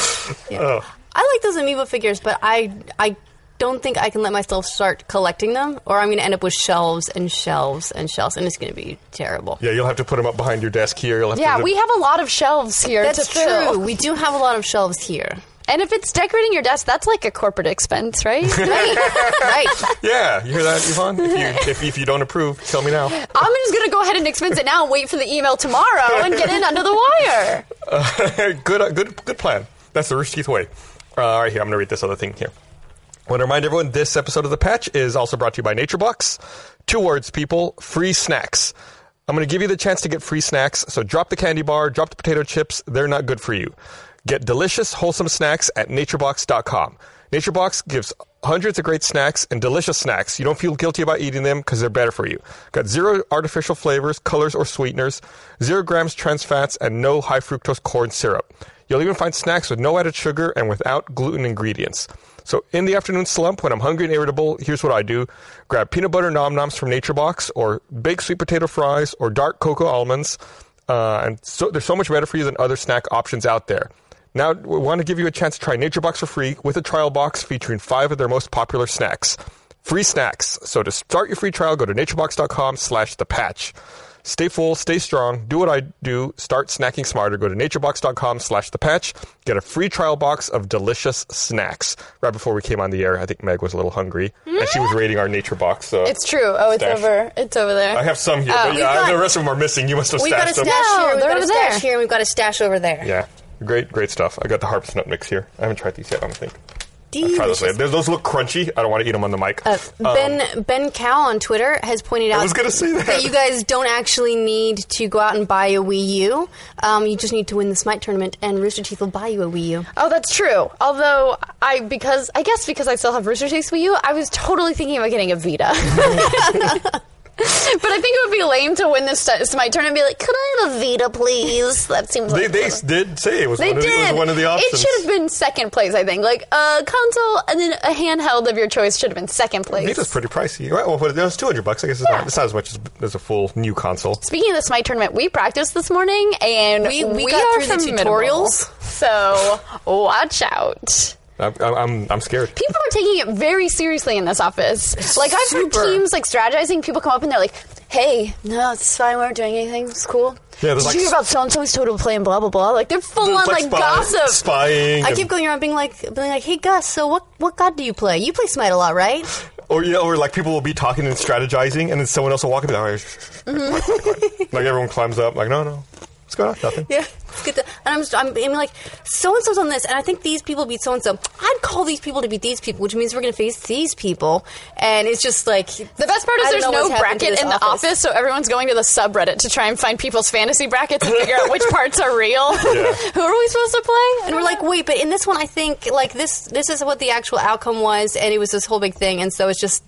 [SPEAKER 3] (laughs)
[SPEAKER 4] I like those amiibo figures, but I I don't think I can let myself start collecting them, or I'm going to end up with shelves and shelves and shelves, and it's going to be terrible.
[SPEAKER 3] yeah, you'll have to put them up behind your desk here. You'll have
[SPEAKER 5] Yeah,
[SPEAKER 3] to
[SPEAKER 5] we have a lot of shelves here.
[SPEAKER 4] That's
[SPEAKER 5] to
[SPEAKER 4] true.
[SPEAKER 5] fill.
[SPEAKER 4] We do have a lot of shelves
[SPEAKER 5] (laughs)
[SPEAKER 4] here.
[SPEAKER 5] And if it's decorating your desk, that's like a corporate expense, (laughs) right?
[SPEAKER 4] right.
[SPEAKER 3] (laughs) Yeah, you hear that, Yvonne? If
[SPEAKER 5] (laughs)
[SPEAKER 3] you, if, if you don't approve, tell me now. (laughs)
[SPEAKER 5] I'm just going to go ahead and expense it now and wait for the email tomorrow and get in under the wire.
[SPEAKER 3] good, uh, good, good plan. That's the Rooster Teeth way. Uh, all right, here I'm going to read this other thing here. I want to remind everyone this episode of the Patch is also brought to you by Nature Box. Two words, people: free snacks. I'm going to give you the chance to get free snacks. So drop the candy bar, drop the potato chips. They're not good for you. Get delicious, wholesome snacks at naturebox.com. NatureBox gives hundreds of great snacks and delicious snacks. You don't feel guilty about eating them because they're better for you. Got zero artificial flavors, colors, or sweeteners, zero grams trans fats, and no high fructose corn syrup. You'll even find snacks with no added sugar and without gluten ingredients. So in the afternoon slump, when I'm hungry and irritable, here's what I do: grab peanut butter nom noms from Nature Box, or baked sweet potato fries, or dark cocoa almonds. Uh, and so they're so much better for you than other snack options out there. Now we want to give you a chance to try Nature Box for free with a trial box featuring five of their most popular snacks. Free snacks. So to start your free trial, go to naturebox.com slash the patch. Stay full, stay strong, do what I do, start snacking smarter. Go to naturebox.com slash the patch. Get a free trial box of delicious snacks. Right before we came on the air, I think Meg was a little hungry. And she was raiding our nature box. Uh,
[SPEAKER 5] It's true. Oh, it's
[SPEAKER 3] Stash.
[SPEAKER 5] over. It's over there.
[SPEAKER 3] I have some here, but
[SPEAKER 5] Oh.
[SPEAKER 3] yeah,
[SPEAKER 4] Uh, We've got-
[SPEAKER 3] the rest of them are missing. You must have
[SPEAKER 4] We've got a
[SPEAKER 3] stashed
[SPEAKER 4] stash
[SPEAKER 3] them.
[SPEAKER 5] No,
[SPEAKER 4] here. We've
[SPEAKER 5] they're
[SPEAKER 4] got a
[SPEAKER 5] over
[SPEAKER 4] stash
[SPEAKER 5] there.
[SPEAKER 4] here. and We've got a stash over there.
[SPEAKER 3] Yeah. Great, great stuff. I got the harps nut mix here. I haven't tried these yet, I don't think. I'll try those
[SPEAKER 4] Delicious.
[SPEAKER 3] later. Those- Those look crunchy. I don't want to eat them on the mic.
[SPEAKER 4] Uh, ben Ben Cow on Twitter has pointed out
[SPEAKER 3] Um, was gonna say that.
[SPEAKER 4] you guys don't actually need to go out and buy a Wii U. Um, you just need to win the Smite tournament, and Rooster Teeth will buy you a Wii U.
[SPEAKER 5] Oh, that's true. Although I, because I guess because I still have Rooster Teeth's Wii U, I was totally thinking about getting a Vita. (laughs) but I think it would be lame to win this st- Smite turn and be like, "Could I have a Vita, please?" That seems
[SPEAKER 3] they
[SPEAKER 5] like
[SPEAKER 3] they did say it was,
[SPEAKER 5] They
[SPEAKER 3] one of, the, it was
[SPEAKER 5] did.
[SPEAKER 3] one of the options.
[SPEAKER 5] It should have been second place, I think. Like a console and then a handheld of your choice should have been second place.
[SPEAKER 3] Vita's pretty pricey. Right, well, but it was 200 bucks. I guess it's,
[SPEAKER 5] Yeah.
[SPEAKER 3] not, it's not as much as, as a full new console.
[SPEAKER 5] Speaking of the Smite tournament, we practiced this morning and
[SPEAKER 4] We-
[SPEAKER 5] we,
[SPEAKER 4] we got
[SPEAKER 5] are
[SPEAKER 4] through the
[SPEAKER 5] formidable.
[SPEAKER 4] tutorials.
[SPEAKER 5] So watch out.
[SPEAKER 3] I'm, I'm, I'm scared.
[SPEAKER 5] People are taking it very seriously in this office. Like I've heard
[SPEAKER 4] Super.
[SPEAKER 5] teams like strategizing. People come up and they're like, hey, no, it's fine. We aren't doing anything. It's cool.
[SPEAKER 3] Yeah, there's
[SPEAKER 5] Did
[SPEAKER 3] like
[SPEAKER 5] you hear
[SPEAKER 3] s-
[SPEAKER 5] about so and so's total play and blah blah blah? Like they're full on like,
[SPEAKER 3] spy-
[SPEAKER 5] gossip.
[SPEAKER 3] spying.
[SPEAKER 4] I
[SPEAKER 3] and-
[SPEAKER 4] keep going around being like, being like, hey Gus, so what, what god do you play? You play Smite a lot, right?
[SPEAKER 3] Or yeah, or like people will be talking and strategizing, and then someone else will walk up and be like, "Oh, "All right, shh, shh, shh, quiet, quiet,
[SPEAKER 5] Mm-hmm.
[SPEAKER 3] quiet." like everyone climbs up, like no, no, what's going on? Nothing.
[SPEAKER 4] Yeah. It's good to, and I'm, just, I'm, I'm like, so and so's on this, and I think these people beat so and so. I'd call these people to beat these people, which means we're going to face these people. And it's just like.
[SPEAKER 5] The best part is there's no bracket in the office,
[SPEAKER 4] office.
[SPEAKER 5] so everyone's going to the subreddit to try and find people's fantasy brackets and figure out (laughs) which parts are real. Who are we supposed to play?
[SPEAKER 4] And we're like, wait, but in this one, I think like this. This is what the actual outcome was, and it was this whole big thing. And so it's just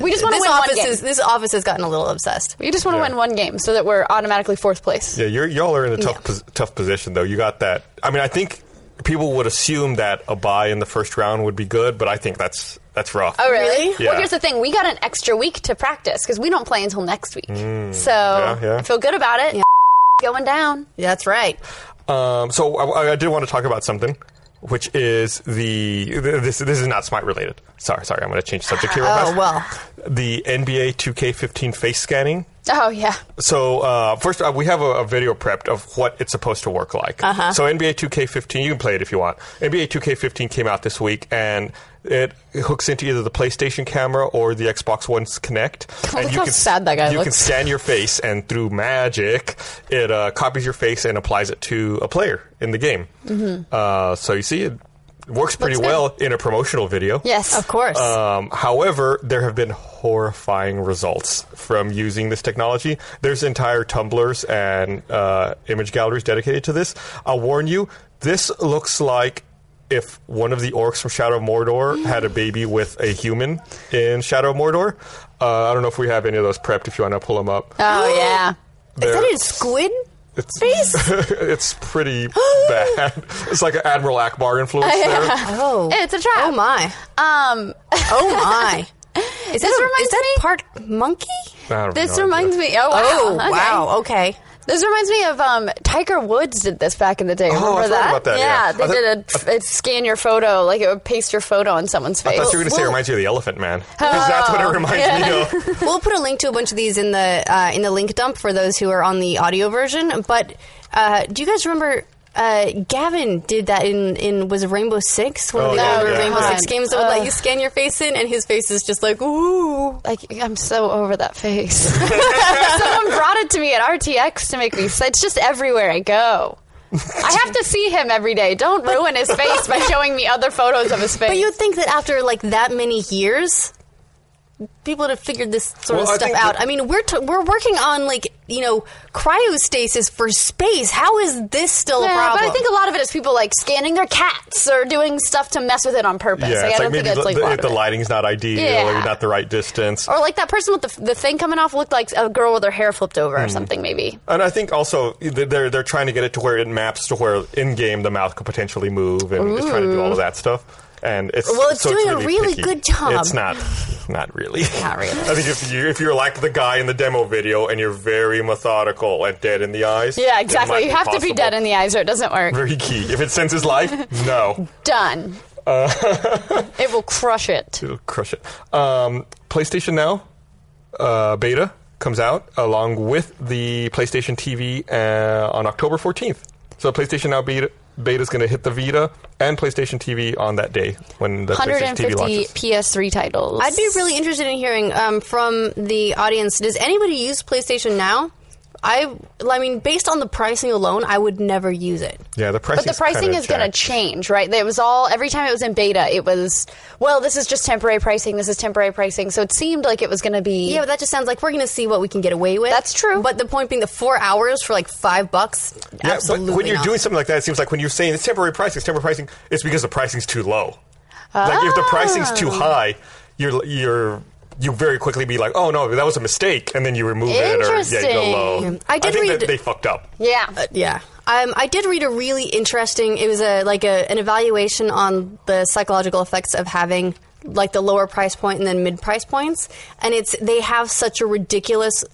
[SPEAKER 5] we just want to
[SPEAKER 4] this
[SPEAKER 5] win one
[SPEAKER 4] office
[SPEAKER 5] game.
[SPEAKER 4] is this office has gotten a little obsessed.
[SPEAKER 5] we just want to
[SPEAKER 3] Yeah.
[SPEAKER 5] win one game so that we're automatically fourth place.
[SPEAKER 3] Yeah, you're, y'all are in a tough pos- tough position though. You got that. I mean, I think people would assume that a buy in the first round would be good, but I think that's that's rough.
[SPEAKER 5] Oh, really?
[SPEAKER 3] Yeah.
[SPEAKER 5] Well, here's the thing: we got an extra week to practice because we don't play until next week. so
[SPEAKER 3] Mm. yeah.
[SPEAKER 5] I feel good about it. (laughs) Going down.
[SPEAKER 4] That's right.
[SPEAKER 3] Um, so I, I did want to talk about something, which is the th- this this is not Smite related. Sorry, sorry, I'm going to change subject here. real
[SPEAKER 4] Oh
[SPEAKER 3] fast.
[SPEAKER 4] well.
[SPEAKER 3] the NBA 2K15 face scanning.
[SPEAKER 5] Oh yeah.
[SPEAKER 3] So uh, first, uh, we have a, a video prepped of what it's supposed to work like. Uh-huh. So NBA 2K15, you can play it if you want. NBA 2K15 came out this week, and it hooks into either the PlayStation camera or the Xbox One's Connect. and
[SPEAKER 5] (laughs) look how sad that guy
[SPEAKER 3] You can
[SPEAKER 5] looks.
[SPEAKER 3] scan your face, and through magic, it uh, copies your face and applies it to a player in the game. Uh, so you see, it works pretty
[SPEAKER 5] Mm-hmm. Looks good.
[SPEAKER 3] well in a promotional video.
[SPEAKER 5] Yes.
[SPEAKER 4] Of course.
[SPEAKER 3] Um, however, there have been horrifying results from using this technology. There's entire tumblers and uh, image galleries dedicated to this. I'll warn you, this looks like if one of the orcs from Shadow of Mordor had a baby with a human in Shadow of Mordor. Uh, I don't know if we have any of those prepped. If you want to pull them up,
[SPEAKER 5] Oh yeah.
[SPEAKER 4] is that
[SPEAKER 3] there-
[SPEAKER 4] a squid?
[SPEAKER 3] it's,
[SPEAKER 4] face?
[SPEAKER 3] (laughs) it's
[SPEAKER 5] (gasps)
[SPEAKER 3] pretty bad. It's like an Admiral Akbar
[SPEAKER 5] (laughs)
[SPEAKER 3] influence there.
[SPEAKER 4] Oh,
[SPEAKER 5] It's a trap.
[SPEAKER 4] Oh my.
[SPEAKER 5] Um. (laughs)
[SPEAKER 4] Oh my. Is that, a-
[SPEAKER 5] reminds
[SPEAKER 4] is that
[SPEAKER 5] me-
[SPEAKER 4] part monkey?
[SPEAKER 3] I don't
[SPEAKER 5] This
[SPEAKER 3] know.
[SPEAKER 5] reminds me. Oh wow.
[SPEAKER 4] Oh
[SPEAKER 5] Okay.
[SPEAKER 4] wow. Okay.
[SPEAKER 5] (laughs) This reminds me of um, Tiger Woods did this back in the day. Remember
[SPEAKER 3] Oh, I forgot
[SPEAKER 5] that?
[SPEAKER 3] about that, yeah.
[SPEAKER 5] they
[SPEAKER 3] I thought-
[SPEAKER 5] did a it'd scan your photo, like it would paste your photo on someone's
[SPEAKER 3] I
[SPEAKER 5] face.
[SPEAKER 3] thought you were going to say it reminds you of the Elephant
[SPEAKER 5] (laughs)
[SPEAKER 3] Man. 'Cause that's what it reminds me of.
[SPEAKER 4] (laughs) we'll put a link to a bunch of these in the uh, in the link dump for those who are on the audio version. But uh, do you guys remember? Uh, Gavin did that in, in was it Rainbow Six one
[SPEAKER 3] Oh,
[SPEAKER 4] of the
[SPEAKER 3] yeah,
[SPEAKER 4] older
[SPEAKER 3] yeah.
[SPEAKER 4] Rainbow
[SPEAKER 5] God.
[SPEAKER 4] Six games that would let you scan your face in, and his face is just like ooh.
[SPEAKER 5] like I'm so over that face. (laughs) Someone brought it to me at RTX to make me. It's just everywhere I go. I have to see him every day. Don't ruin his face by showing me other photos of his face.
[SPEAKER 4] But you'd think that after like that many years, people would have figured this
[SPEAKER 3] Well,
[SPEAKER 4] sort
[SPEAKER 3] I
[SPEAKER 4] of stuff
[SPEAKER 3] think
[SPEAKER 4] out.
[SPEAKER 3] that-
[SPEAKER 4] I mean, we're t- we're working on like you know cryostasis for space. How is this still a
[SPEAKER 5] yeah,
[SPEAKER 4] problem?
[SPEAKER 5] but I think a lot of it is people like scanning their cats or doing stuff to mess with it on purpose.
[SPEAKER 3] Yeah,
[SPEAKER 5] like,
[SPEAKER 3] it's
[SPEAKER 5] I
[SPEAKER 3] like
[SPEAKER 5] don't
[SPEAKER 3] maybe
[SPEAKER 5] think it's
[SPEAKER 3] the,
[SPEAKER 5] like
[SPEAKER 3] the,
[SPEAKER 5] a lot
[SPEAKER 3] if
[SPEAKER 5] of
[SPEAKER 3] the
[SPEAKER 5] it.
[SPEAKER 3] lighting's not ideal or
[SPEAKER 5] Yeah.
[SPEAKER 3] you're not the right distance.
[SPEAKER 5] Or like that person with the, the thing coming off looked like a girl with her hair flipped over
[SPEAKER 3] Mm-hmm.
[SPEAKER 5] or something, maybe.
[SPEAKER 3] and I think also th- they're they're trying to get it to where it maps to where in game the mouth could potentially move and it's trying to do all of that stuff. And it's
[SPEAKER 4] Well, it's
[SPEAKER 3] so
[SPEAKER 4] doing a really
[SPEAKER 3] picky.
[SPEAKER 4] good job.
[SPEAKER 3] It's not, not really.
[SPEAKER 4] Not
[SPEAKER 3] (laughs)
[SPEAKER 4] really.
[SPEAKER 3] I think if you if you're like the guy in the demo video and you're very methodical and dead in the eyes,
[SPEAKER 5] Yeah, exactly. You have to be dead in the eyes or it doesn't work.
[SPEAKER 3] Very key. If it senses life,
[SPEAKER 5] (laughs)
[SPEAKER 3] no.
[SPEAKER 5] Done.
[SPEAKER 3] Uh, (laughs)
[SPEAKER 5] it will crush it.
[SPEAKER 3] It'll crush it. Um, PlayStation Now uh, beta comes out along with the PlayStation TV uh, on October 14th. So PlayStation Now beta beta is going to hit the Vita and PlayStation TV on that day when the PlayStation TV
[SPEAKER 5] 150
[SPEAKER 3] launches.
[SPEAKER 5] PS3 titles.
[SPEAKER 4] I'd be really interested in hearing um, from the audience. Does anybody use PlayStation now? I, I mean, based on the pricing alone, I would never use it.
[SPEAKER 3] Yeah, the pricing.
[SPEAKER 5] But the pricing is going to change, right? It was all every time it was in beta, it was well, this is just temporary pricing. This is temporary pricing. So it seemed like it was going to be.
[SPEAKER 4] Yeah, but that just sounds like we're going to see what we can get away with.
[SPEAKER 5] That's true.
[SPEAKER 4] But the point being, the four hours for like five bucks,
[SPEAKER 3] Yeah,
[SPEAKER 4] absolutely.
[SPEAKER 3] but when you're
[SPEAKER 4] not.
[SPEAKER 3] doing something like that, it seems like when you're saying it's temporary pricing, it's temporary pricing, it's because the pricing's too low. Like if the pricing's
[SPEAKER 4] Oh.
[SPEAKER 3] too high, you're you're you very quickly be like, oh no, that was a mistake, and then you remove it or yeah, you go low.
[SPEAKER 5] Interesting.
[SPEAKER 4] I did
[SPEAKER 3] think
[SPEAKER 4] read-
[SPEAKER 3] that they fucked up.
[SPEAKER 5] yeah.
[SPEAKER 4] yeah. Um, I did read a really interesting. It was a like a, an evaluation on the psychological effects of having like the lower price point and then mid price points, and it's they have such a ridiculous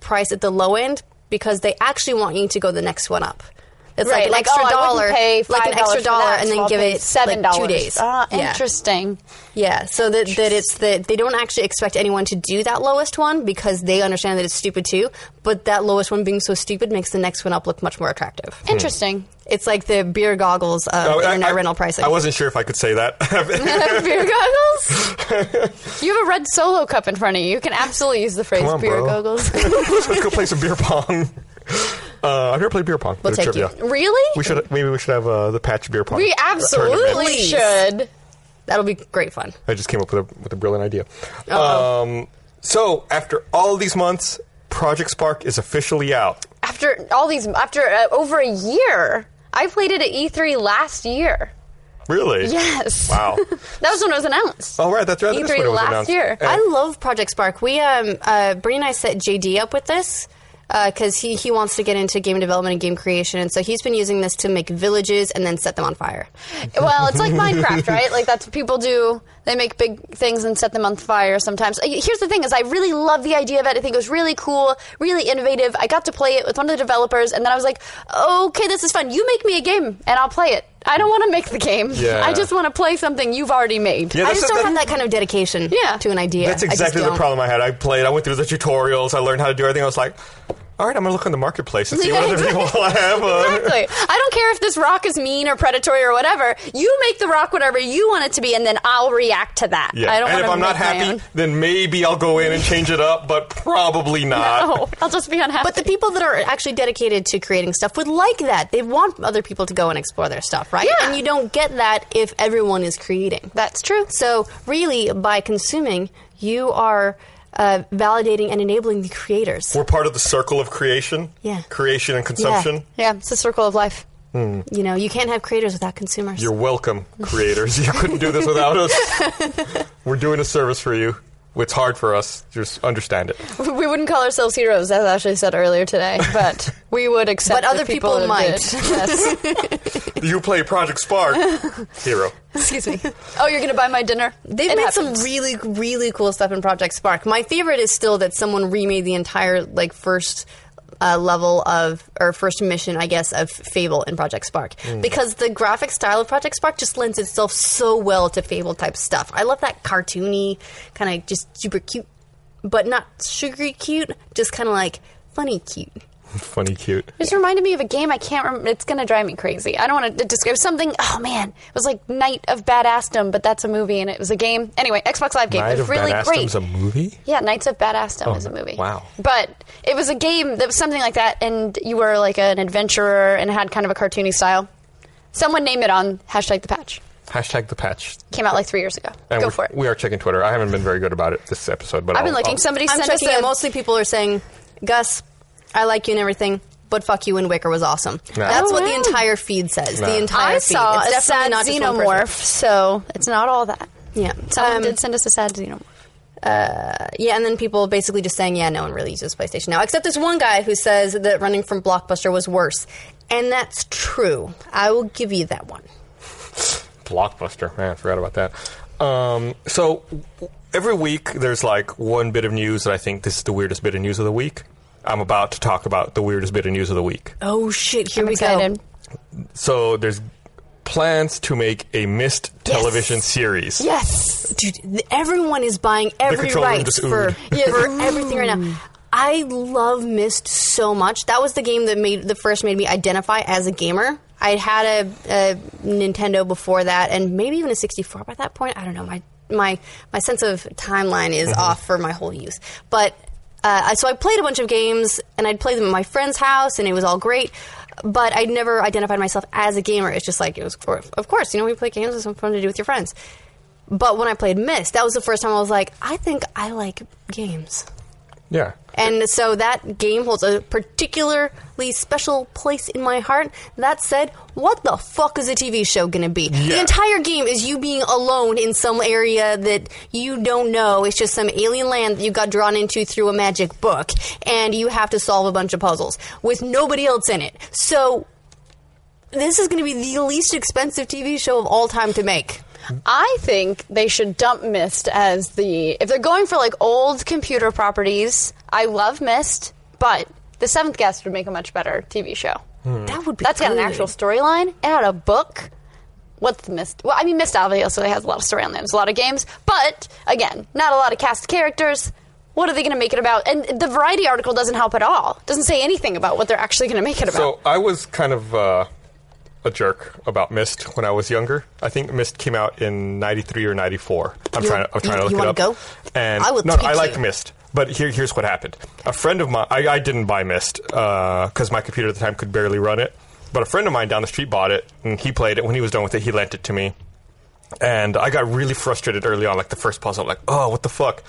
[SPEAKER 4] price at the low end because they actually want you to go the next one up. They're It's
[SPEAKER 5] right,
[SPEAKER 4] like an extra
[SPEAKER 5] oh, I wouldn't
[SPEAKER 4] dollar,
[SPEAKER 5] pay
[SPEAKER 4] like an
[SPEAKER 5] $5
[SPEAKER 4] extra
[SPEAKER 5] for
[SPEAKER 4] dollar,
[SPEAKER 5] that,
[SPEAKER 4] and
[SPEAKER 5] so
[SPEAKER 4] then
[SPEAKER 5] I'll
[SPEAKER 4] give
[SPEAKER 5] pay
[SPEAKER 4] it
[SPEAKER 5] seven
[SPEAKER 4] like,
[SPEAKER 5] dollars.
[SPEAKER 4] two days.
[SPEAKER 5] Ah,
[SPEAKER 4] Yeah. Hmm.
[SPEAKER 5] interesting.
[SPEAKER 4] Yeah, so that, that it's that they don't actually expect anyone to do that lowest one because they understand that it's stupid too. But that lowest one being so stupid makes the next one up look much more attractive. (laughs)
[SPEAKER 5] Interesting.
[SPEAKER 4] It's like the beer goggles of
[SPEAKER 3] Oh,
[SPEAKER 4] internet rental pricing.
[SPEAKER 3] I wasn't sure if I could say that. (laughs)
[SPEAKER 5] beer goggles.
[SPEAKER 4] (laughs)
[SPEAKER 5] you have a red solo cup in front of you. You can absolutely use the phrase
[SPEAKER 3] Come on,
[SPEAKER 5] beer
[SPEAKER 3] bro.
[SPEAKER 5] goggles.
[SPEAKER 3] Let's go play some beer pong. Uh, I've never played beer pong.
[SPEAKER 4] We'll
[SPEAKER 3] but
[SPEAKER 4] take you.
[SPEAKER 5] really?
[SPEAKER 3] We should maybe we should have uh, the patch beer pong.
[SPEAKER 5] We
[SPEAKER 3] tournament.
[SPEAKER 5] absolutely
[SPEAKER 4] Please.
[SPEAKER 5] should.
[SPEAKER 4] That'll be great fun.
[SPEAKER 3] I just came up with a with a brilliant idea. Um, so after all these months, Project Spark is officially out.
[SPEAKER 5] After all these, after uh, over a year, I played it at E3 last year.
[SPEAKER 3] Really?
[SPEAKER 5] Yes. (laughs)
[SPEAKER 3] Wow.
[SPEAKER 5] That was when it was announced.
[SPEAKER 3] Oh right, that's right. That is
[SPEAKER 5] E3
[SPEAKER 3] when it was
[SPEAKER 5] last
[SPEAKER 3] announced.
[SPEAKER 5] year.
[SPEAKER 3] And-
[SPEAKER 4] I love Project Spark. We, um, uh, Brittany and I set JD up with this because he, he wants to get into game development and game creation. And so he's been using this to make villages and then set them on fire.
[SPEAKER 5] Well,
[SPEAKER 3] (laughs)
[SPEAKER 5] it's like Minecraft, right? Like that's what people do. They make big things and set them on fire sometimes. Uh, Here's the thing: is I really love the idea of it. I think it was really cool, really innovative. I got to play it with one of the developers, and then I was like, "Okay, this is fun. You make me a game, and I'll play it. I don't want to make the game.
[SPEAKER 3] Yeah.
[SPEAKER 5] I just want to play something you've already made.
[SPEAKER 3] Yeah,
[SPEAKER 4] I
[SPEAKER 3] that's
[SPEAKER 4] just
[SPEAKER 3] the-
[SPEAKER 4] don't
[SPEAKER 3] that-
[SPEAKER 4] have that kind of dedication
[SPEAKER 5] Yeah.
[SPEAKER 4] to an idea.
[SPEAKER 3] That's
[SPEAKER 4] I just
[SPEAKER 3] exactly the
[SPEAKER 4] don't.
[SPEAKER 3] problem I had. I played. I went through the tutorials. I learned how to do everything. I was like, all right, I'm gonna look on the marketplace and see
[SPEAKER 5] (laughs)
[SPEAKER 3] what other people have. uh,
[SPEAKER 5] Exactly. I don't care if this rock is mean or predatory or whatever. You make the rock whatever you want it to be, and then I'll react to that.
[SPEAKER 3] Yeah.
[SPEAKER 5] I don't
[SPEAKER 3] and
[SPEAKER 5] want
[SPEAKER 3] if
[SPEAKER 5] to
[SPEAKER 3] I'm
[SPEAKER 5] make
[SPEAKER 3] not
[SPEAKER 5] my
[SPEAKER 3] happy,
[SPEAKER 5] own.
[SPEAKER 3] then maybe I'll go in and change it up, but probably not.
[SPEAKER 5] No, I'll just be unhappy.
[SPEAKER 4] But the people that are actually dedicated to creating stuff would like that. They want other people to go and explore their stuff, right?
[SPEAKER 5] Yeah.
[SPEAKER 4] And you don't get that if everyone is creating.
[SPEAKER 5] That's true.
[SPEAKER 4] So, really, by consuming, you are uh, validating and enabling the creators.
[SPEAKER 3] We're part of the circle of creation.
[SPEAKER 4] Yeah.
[SPEAKER 3] Creation and consumption.
[SPEAKER 5] Yeah, it's a circle of life.
[SPEAKER 4] You know, you can't have creators without consumers.
[SPEAKER 3] You're welcome, creators. you couldn't do this without us.
[SPEAKER 5] (laughs)
[SPEAKER 3] We're doing a service for you. It's hard for us. Just understand it.
[SPEAKER 5] We wouldn't call ourselves heroes, as Ashley said earlier (laughs) today, but we would accept.
[SPEAKER 4] But other
[SPEAKER 5] if people,
[SPEAKER 4] people might.
[SPEAKER 5] did. (laughs) Yes.
[SPEAKER 3] You play Project Spark, hero.
[SPEAKER 4] Excuse me.
[SPEAKER 5] oh, you're gonna buy my dinner.
[SPEAKER 4] They've
[SPEAKER 5] It
[SPEAKER 4] made
[SPEAKER 5] happens.
[SPEAKER 4] some really, really cool stuff in Project Spark. My favorite is still that someone remade the entire like first uh, level of or first mission, I guess, of Fable in Project Spark
[SPEAKER 5] Hmm.
[SPEAKER 4] because the graphic style of Project Spark just lends itself so well to Fable type stuff. I love that cartoony kind of just super cute, but not sugary cute, just kind of like funny cute.
[SPEAKER 3] Funny, cute.
[SPEAKER 5] It just reminded me of a game I can't remember. It's going to drive me crazy. I don't want to describe something. Oh, man. It was like Night of Badassdom, but that's a movie and it was a game. Anyway, Xbox Live game.
[SPEAKER 3] Night
[SPEAKER 5] it was
[SPEAKER 3] of
[SPEAKER 5] really
[SPEAKER 3] Badassdom's
[SPEAKER 5] great.
[SPEAKER 3] a movie?
[SPEAKER 5] yeah, Knights of Badassdom is a movie.
[SPEAKER 3] Oh, wow.
[SPEAKER 5] But it was a game that was something like that, and you were like an adventurer and it had kind of a cartoony style. Someone name it on hashtag the patch.
[SPEAKER 3] Hashtag the patch.
[SPEAKER 5] Came out like three years ago.
[SPEAKER 3] And
[SPEAKER 5] Go
[SPEAKER 3] we're-
[SPEAKER 5] for it.
[SPEAKER 3] We Oh. are checking Twitter. I haven't been very good about it this episode, but
[SPEAKER 5] I've been
[SPEAKER 3] I'll-
[SPEAKER 5] looking.
[SPEAKER 3] I'll-
[SPEAKER 5] Somebody
[SPEAKER 4] I'm
[SPEAKER 5] sent us
[SPEAKER 4] checking it.
[SPEAKER 5] a
[SPEAKER 4] Mostly people are saying, Gus, I like you and everything, but fuck you and Wicker was awesome.
[SPEAKER 3] No.
[SPEAKER 4] That's what
[SPEAKER 5] Oh,
[SPEAKER 4] the
[SPEAKER 5] wow.
[SPEAKER 4] entire feed says.
[SPEAKER 3] No.
[SPEAKER 4] The entire
[SPEAKER 5] I
[SPEAKER 4] feed.
[SPEAKER 5] saw
[SPEAKER 4] It's
[SPEAKER 5] a
[SPEAKER 4] definitely
[SPEAKER 5] sad
[SPEAKER 4] not just one person.
[SPEAKER 5] xenomorph, so it's not all that.
[SPEAKER 4] Yeah.
[SPEAKER 5] Someone
[SPEAKER 4] Um,
[SPEAKER 5] did send us a sad xenomorph.
[SPEAKER 4] Yeah, and then people basically just saying, yeah, no one really uses PlayStation now, except this one guy who says that running from Blockbuster was worse. And that's true. I will give you that one.
[SPEAKER 3] Blockbuster. Man, I forgot about that. Um, so every week there's like one bit of news that I think this is the weirdest bit of news of the week. I'm about to talk about the weirdest bit of news of the week.
[SPEAKER 4] Oh, shit. Here
[SPEAKER 5] I'm
[SPEAKER 4] we
[SPEAKER 5] excited.
[SPEAKER 4] go.
[SPEAKER 3] So there's plans to make a missed television series.
[SPEAKER 4] Yes. Dude, th- everyone is buying every
[SPEAKER 3] control room
[SPEAKER 4] right
[SPEAKER 3] just
[SPEAKER 4] for,
[SPEAKER 3] oohed.
[SPEAKER 4] yeah, for everything right now. I love Myst so much. That was the game that made the first made me identify as a gamer. I'd had a, a Nintendo before that, and maybe even a 64 by that point. I don't know. My my my sense of timeline is off for my whole youth, but uh, I- so I played a bunch of games, and I'd play them at my friend's house, and it was all great. But I'd never identified myself as a gamer. It's just like it was, of course, you know, we play games. It's fun to do with your friends. But when I played Myst, that was the first time I was like, I think I like games.
[SPEAKER 3] Yeah.
[SPEAKER 4] And so that game holds a particularly special place in my heart. That said, what the fuck is a TV show going to be? The
[SPEAKER 3] Yeah.
[SPEAKER 4] entire game is you being alone in some area that you don't know. It's just some alien land that you got drawn into through a magic book, and you have to solve a bunch of puzzles with nobody else in it. So this is going to be the least expensive TV show of all time to make.
[SPEAKER 5] I think they should dump Mist as the if they're going for like old computer properties. I love Mist, but the Seventh Guest would make a much better TV show.
[SPEAKER 4] That would be.
[SPEAKER 5] That's got an
[SPEAKER 4] good.
[SPEAKER 5] actual storyline. It had a book. What's the mist? Well, I mean, Mist obviously also has a lot of storyline. There's a lot of games, but again, not a lot of cast characters. What are they going to make it about? And the Variety article doesn't help at all. Doesn't say anything about what they're actually going to make it about.
[SPEAKER 3] So I was kind of uh, a jerk about Mist when I was younger. I think Mist came out in '93 or '94. I'm
[SPEAKER 4] You-
[SPEAKER 3] trying. I'm trying
[SPEAKER 4] you-
[SPEAKER 3] to look
[SPEAKER 4] you
[SPEAKER 3] it
[SPEAKER 4] wanna
[SPEAKER 3] up.
[SPEAKER 4] go?
[SPEAKER 3] And
[SPEAKER 4] I will
[SPEAKER 3] no, no,
[SPEAKER 4] take
[SPEAKER 3] I
[SPEAKER 4] you.
[SPEAKER 3] like Mist. But here, here's what happened. A friend of mine, I, I didn't buy Mist because my computer at the time could barely run it. But a friend of mine down the street bought it, and he played it. When he was done with it, he lent it to me. And I got really frustrated early on, like the first puzzle, like, oh, what the fuck?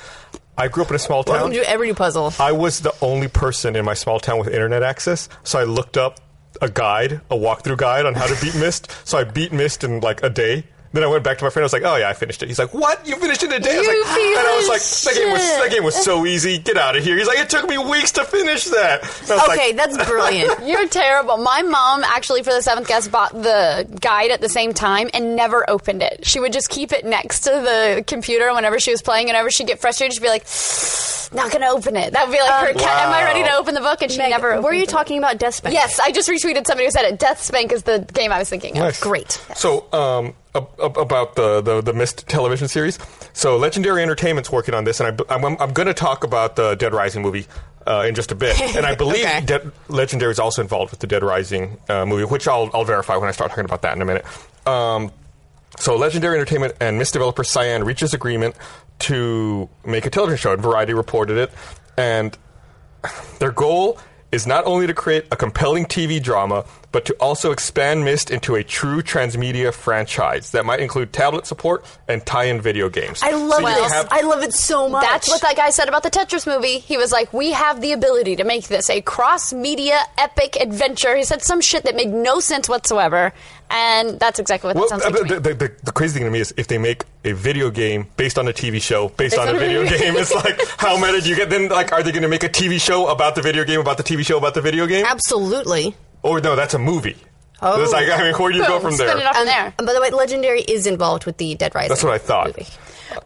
[SPEAKER 3] I grew up in a small town.
[SPEAKER 4] Welcome to every puzzle.
[SPEAKER 3] I was the only person in my small town with internet access, so I looked up a guide, a walkthrough guide on how to beat Mist. So I beat Mist in like a day. Then I went back to my friend. I was like, "Oh yeah, I finished it." He's like, "What? You finished it in a day?" I was
[SPEAKER 5] You
[SPEAKER 3] like, and I was like,
[SPEAKER 5] piece
[SPEAKER 3] "That
[SPEAKER 5] of
[SPEAKER 3] game was that
[SPEAKER 5] shit."
[SPEAKER 3] game was so easy. Get out of here." He's like, "It took me weeks to finish that." And I was
[SPEAKER 4] Okay,
[SPEAKER 3] like, (laughs)
[SPEAKER 4] that's brilliant.
[SPEAKER 5] You're terrible. My mom actually, for the seventh guest, bought the guide at the same time and never opened it. She would just keep it next to the computer whenever she was playing. Whenever she'd get frustrated, she'd be like, "Not gonna open it." That would be like her. cat Am I
[SPEAKER 3] Um, Wow.
[SPEAKER 5] ready to open the book? And she never. Opened
[SPEAKER 4] Were you
[SPEAKER 5] it.
[SPEAKER 4] talking about Deathspan?
[SPEAKER 5] Yes, I just retweeted somebody who said it. Death Spank is the game I was thinking of.
[SPEAKER 3] Nice.
[SPEAKER 4] Great.
[SPEAKER 3] So, um, ab- ab- about the, the the Mist television series. So, Legendary Entertainment's working on this, and I, b- I'm, I'm going to talk about the Dead Rising movie uh, in just a bit. And I believe
[SPEAKER 4] Okay.
[SPEAKER 3] Dead, Legendary is also involved with the Dead Rising uh, movie, which I'll I'll verify when I start talking about that in a minute. Um, so, Legendary Entertainment and Mist developer Cyan reaches agreement to make a television show. Variety reported it, and their goal is not only to create a compelling TV drama, but to also expand Myst into a true transmedia franchise that might include tablet support and tie-in video games.
[SPEAKER 4] I love
[SPEAKER 3] So you
[SPEAKER 4] this.
[SPEAKER 3] have-
[SPEAKER 4] I love it so much.
[SPEAKER 5] That's what that guy said about the Tetris movie. He was like, "We have the ability to make this a cross-media epic adventure." He said some shit that made no sense whatsoever, and that's exactly what
[SPEAKER 3] well,
[SPEAKER 5] that sounds like.
[SPEAKER 3] uh,
[SPEAKER 5] to
[SPEAKER 3] the,
[SPEAKER 5] me.
[SPEAKER 3] the, the, the crazy thing to me is if they make a video game based on a TV show based on a video game, it's like how meta do you get? Then like, are they going to make a TV show about the video game about the TV show about the video game?
[SPEAKER 4] Absolutely.
[SPEAKER 3] Or no, that's a movie.
[SPEAKER 4] Oh.
[SPEAKER 3] It's like I mean, where do you go
[SPEAKER 5] Boom,
[SPEAKER 3] from
[SPEAKER 5] spin
[SPEAKER 3] there?
[SPEAKER 5] it off
[SPEAKER 4] Um,
[SPEAKER 5] from there.
[SPEAKER 4] And by the way, Legendary is involved with the Dead Rising.
[SPEAKER 3] That's what I thought.
[SPEAKER 4] movie.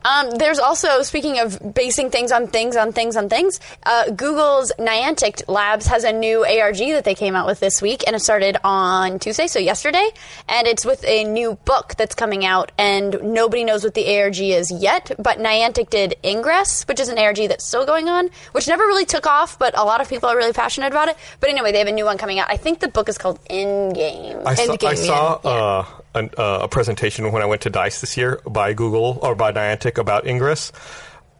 [SPEAKER 5] Um, there's also, speaking of basing things on things, on things, on things, uh, Google's Niantic Labs has a new ARG that they came out with this week, and it started on Tuesday, so yesterday. And it's with a new book that's coming out, and nobody knows what the ARG is yet. But Niantic did Ingress, which is an ARG that's still going on, which never really took off, but a lot of people are really passionate about it. But anyway, they have a new one coming out. I think the book is called In Game.
[SPEAKER 3] I saw,
[SPEAKER 4] Endgame,
[SPEAKER 3] I saw
[SPEAKER 5] yeah.
[SPEAKER 3] Uh, an, uh, a presentation when I went to Dice this year by Google or by Niantic about Ingress,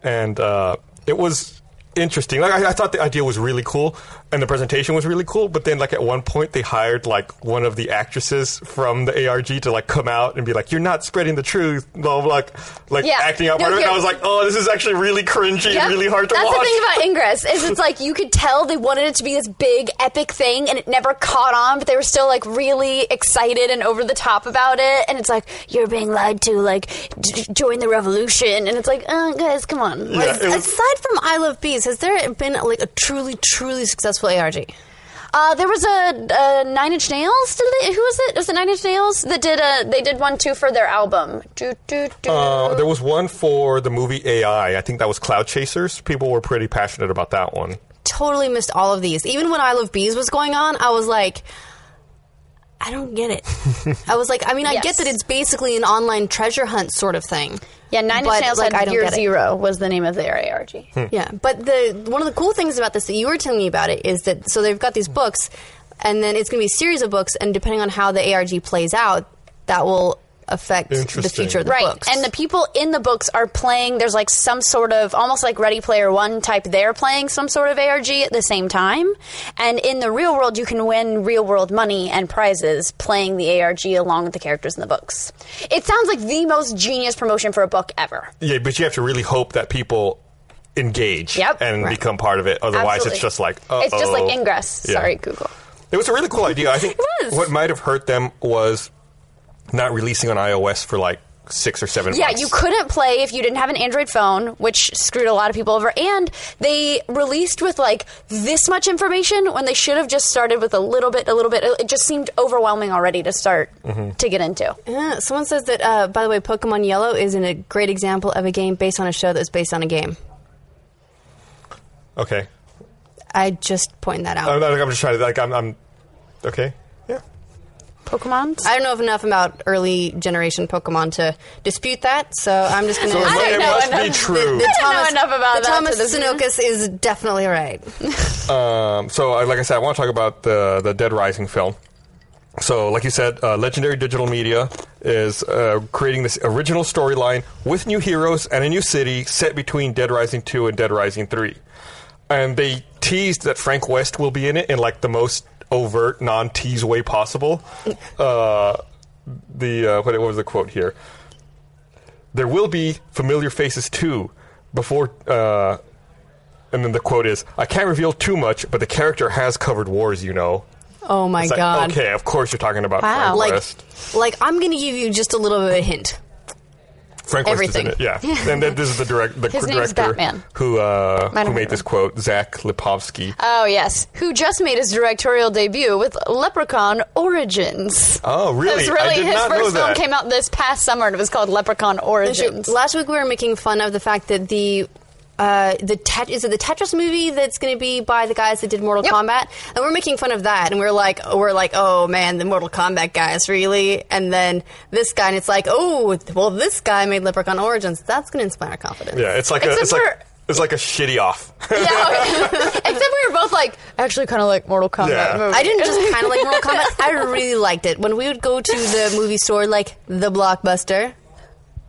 [SPEAKER 3] and uh, it was interesting. Like I, I thought the idea was really cool, and the presentation was really cool. But then, like at one point, they hired like one of the actresses from the ARG to like come out and be like, "You're not spreading the truth," blah, blah, blah, like like
[SPEAKER 5] Yeah.
[SPEAKER 3] acting out.
[SPEAKER 5] No,
[SPEAKER 3] whatever. and I
[SPEAKER 5] here-
[SPEAKER 3] was like, "Oh, this is actually really cringy
[SPEAKER 5] Yep.
[SPEAKER 3] and really hard to
[SPEAKER 5] That's
[SPEAKER 3] watch."
[SPEAKER 5] the thing about Ingress is it's like you could tell they wanted it to be this big epic thing and it never caught on, but they were still like really excited and over the top about it. And it's like you're being lied to, like j- j- join the revolution, and it's like uh, guys, come on.
[SPEAKER 3] Yeah, it was-
[SPEAKER 4] Aside from I Love Bees, has there been like a truly, truly successful ARG?
[SPEAKER 5] Uh, there was a, a Nine Inch Nails. Did they, who was it? Was it Nine Inch Nails that did a? They did one too for their album. Do, do, do.
[SPEAKER 3] Uh, there was one for the movie AI. I think that was Cloud Chasers. People were pretty passionate about that one.
[SPEAKER 4] Totally missed all of these. Even when I Love Bees was going on, I was like, I don't
[SPEAKER 3] (laughs)
[SPEAKER 4] get it. I was like, I mean, I
[SPEAKER 5] Yes.
[SPEAKER 4] get that it's basically an online treasure hunt sort of thing.
[SPEAKER 5] yeah, Nine Inch
[SPEAKER 4] but,
[SPEAKER 5] Nails
[SPEAKER 4] like, I
[SPEAKER 5] had
[SPEAKER 4] don't
[SPEAKER 5] Year
[SPEAKER 4] get it.
[SPEAKER 5] Zero was the name of their ARG.
[SPEAKER 4] Yeah, but the one of the cool things about this that you were telling me about it is that so they've got these books, and then it's going to be a series of books, and depending on how the ARG plays out, that will affect the
[SPEAKER 3] Interesting.
[SPEAKER 4] future of the
[SPEAKER 5] right.
[SPEAKER 4] books.
[SPEAKER 5] And the people in the books are playing. There's like some sort of almost like Ready Player One type. They're playing some sort of ARG at the same time. And in the real world, you can win real world money and prizes playing the ARG along with the characters in the books. It sounds like the most genius promotion for a book ever.
[SPEAKER 3] Yeah, but you have to really hope that people engage
[SPEAKER 5] Yep.
[SPEAKER 3] and
[SPEAKER 5] Right.
[SPEAKER 3] become part of it. Otherwise,
[SPEAKER 5] Absolutely.
[SPEAKER 3] it's just like
[SPEAKER 5] it's just
[SPEAKER 3] uh-oh.
[SPEAKER 5] like Ingress.
[SPEAKER 3] Yeah.
[SPEAKER 5] Sorry, Google.
[SPEAKER 3] It was a really cool idea. I think
[SPEAKER 5] (laughs) It was.
[SPEAKER 3] what might have hurt them was not releasing on iOS for like six or seven.
[SPEAKER 5] Yeah,
[SPEAKER 3] months.
[SPEAKER 5] you couldn't play if you didn't have an Android phone, which screwed a lot of people over. And they released with like this much information when they should have just started with a little bit, a little bit. It just seemed overwhelming already to start
[SPEAKER 3] Mm-hmm.
[SPEAKER 5] to get into.
[SPEAKER 4] Yeah, someone says that uh, by the way, Pokemon Yellow is an, a great example of a game based on a show that was based on a game.
[SPEAKER 3] Okay,
[SPEAKER 4] I just point that out.
[SPEAKER 3] Oh. I'm, not- I'm just trying to like I'm. I'm Okay. Yeah.
[SPEAKER 5] Pokemon.
[SPEAKER 4] I don't know enough about early generation Pokemon to dispute that, so I'm just (laughs) going
[SPEAKER 3] So
[SPEAKER 5] I don't
[SPEAKER 3] it
[SPEAKER 5] know
[SPEAKER 3] must be
[SPEAKER 5] enough.
[SPEAKER 3] true.
[SPEAKER 5] I don't know enough about that
[SPEAKER 4] the Thomas
[SPEAKER 5] to dispute.
[SPEAKER 4] Sinokis is definitely right. (laughs)
[SPEAKER 3] Um, so, I- like I said, I want to talk about the the Dead Rising film. So, like you said, uh, Legendary Digital Media is uh, creating this original storyline with new heroes and a new city set between Dead Rising 2 and Dead Rising 3. And they teased that Frank West will be in it in like the most overt, non tease way possible. Uh, the uh, what, what was the quote here? There will be familiar faces too before. Uh, and then the quote is, "I can't reveal too much, but the character has covered wars, you know."
[SPEAKER 4] Oh my
[SPEAKER 3] It's like,
[SPEAKER 4] god.
[SPEAKER 3] okay, of course you're talking about
[SPEAKER 5] Wow.
[SPEAKER 3] Frank
[SPEAKER 4] Like,
[SPEAKER 3] West.
[SPEAKER 4] like I'm going to give you just a little bit of a hint.
[SPEAKER 3] Frank
[SPEAKER 4] everything.
[SPEAKER 3] West is in it,
[SPEAKER 5] (laughs)
[SPEAKER 3] yeah. and then this is the direct, the
[SPEAKER 5] His name is
[SPEAKER 3] director
[SPEAKER 5] Batman.
[SPEAKER 3] who uh,
[SPEAKER 5] Might
[SPEAKER 3] who
[SPEAKER 5] have
[SPEAKER 3] made
[SPEAKER 5] heard
[SPEAKER 3] this
[SPEAKER 5] of
[SPEAKER 3] quote, Zach Lipovsky.
[SPEAKER 5] Oh yes, who just made his directorial debut with Leprechaun Origins.
[SPEAKER 3] Oh, really?
[SPEAKER 5] That's
[SPEAKER 3] I
[SPEAKER 5] really
[SPEAKER 3] did
[SPEAKER 5] his
[SPEAKER 3] not know
[SPEAKER 5] first film
[SPEAKER 3] that.
[SPEAKER 5] came out this past summer and it was called Leprechaun Origins.
[SPEAKER 4] Last week we were making fun of the fact that the uh, the tet- is it the Tetris movie that's going to be by the guys that did Mortal
[SPEAKER 5] Yep.
[SPEAKER 4] Kombat, and we're making fun of that, and we're like, we're like, oh man, the Mortal Kombat guys really, and then this guy, and it's like, oh, well, this guy made Leprechaun Origins, that's going to inspire confidence.
[SPEAKER 3] yeah, it's like a,
[SPEAKER 5] Except
[SPEAKER 3] it's like
[SPEAKER 5] for-
[SPEAKER 3] it's like a shitty off.
[SPEAKER 5] (laughs)
[SPEAKER 3] (laughs)
[SPEAKER 5] yeah, okay. except we were both like actually kind of like Mortal Kombat.
[SPEAKER 3] Yeah.
[SPEAKER 5] Oh, Movie.
[SPEAKER 4] I didn't just kind of
[SPEAKER 3] (laughs)
[SPEAKER 4] like Mortal Kombat. I really liked it. When we would go to the movie store, like the Blockbuster,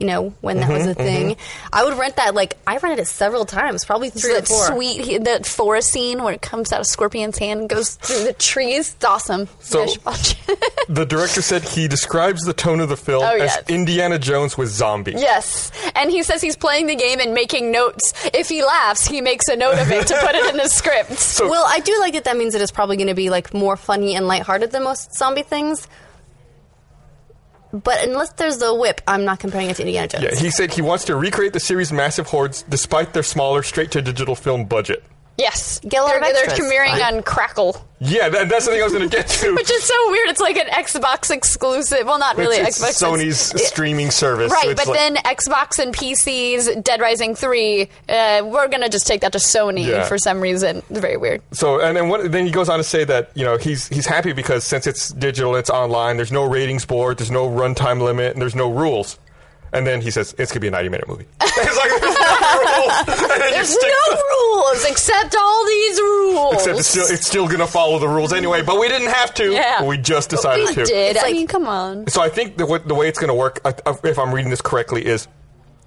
[SPEAKER 4] you know, when that was a
[SPEAKER 3] Mm-hmm,
[SPEAKER 4] thing, I would rent that. Like I rented it several times, probably three or
[SPEAKER 5] that
[SPEAKER 4] four.
[SPEAKER 5] sweet that forest scene where it comes out of Scorpion's hand and goes through the trees. It's awesome. You
[SPEAKER 3] So-
[SPEAKER 5] guys should watch it. (laughs)
[SPEAKER 3] the director said he describes the tone of the film
[SPEAKER 5] Oh,
[SPEAKER 3] as
[SPEAKER 5] yes.
[SPEAKER 3] Indiana Jones with zombies.
[SPEAKER 5] yes, and he says he's playing the game and making notes. If he laughs, he makes a note of it to put it in
[SPEAKER 3] (laughs)
[SPEAKER 5] the script.
[SPEAKER 3] So-
[SPEAKER 4] well, I do like that. That means it is probably going to be like more funny and lighthearted than most zombie things. But unless there's the whip, I'm not comparing it to Indiana Jones.
[SPEAKER 3] Yeah, he said he wants to recreate the series' massive hordes despite their smaller straight to digital film budget.
[SPEAKER 5] Yes,
[SPEAKER 4] Get a lot
[SPEAKER 5] they're,
[SPEAKER 4] of
[SPEAKER 5] they're
[SPEAKER 4] extras.
[SPEAKER 5] premiering
[SPEAKER 4] Fine.
[SPEAKER 5] on Crackle.
[SPEAKER 3] Yeah, that, that's the thing I was going to get to.
[SPEAKER 5] (laughs) Which is so weird. It's like an Xbox exclusive. Well, not really
[SPEAKER 3] It's-
[SPEAKER 5] Xbox.
[SPEAKER 3] it's Sony's
[SPEAKER 5] (laughs) it's-
[SPEAKER 3] streaming service. so
[SPEAKER 5] Right,
[SPEAKER 3] it's
[SPEAKER 5] but
[SPEAKER 3] like-
[SPEAKER 5] then Xbox and PCs, Dead Rising 3, uh, we're going to just take that to Sony
[SPEAKER 3] Yeah.
[SPEAKER 5] for some reason. It's very weird.
[SPEAKER 3] So and then what, then he goes on to say that you know he's he's happy because since it's digital, it's online. There's no ratings board, there's no runtime limit, and there's no rules. And then he says it's gonna be a 90 minute movie. (laughs) it's like there's
[SPEAKER 5] (laughs)
[SPEAKER 3] no rules. And then you
[SPEAKER 5] There's
[SPEAKER 3] stick
[SPEAKER 5] no
[SPEAKER 3] to-
[SPEAKER 5] rules except all these rules.
[SPEAKER 3] Except it's still, it's still gonna follow the rules anyway. But we didn't have to.
[SPEAKER 5] Yeah.
[SPEAKER 3] We just decided
[SPEAKER 5] we
[SPEAKER 3] to.
[SPEAKER 5] did.
[SPEAKER 4] It's
[SPEAKER 5] I
[SPEAKER 4] like-
[SPEAKER 5] mean, come on.
[SPEAKER 3] So I think the, wa- the way it's going to work, I- I- if I'm reading this correctly, is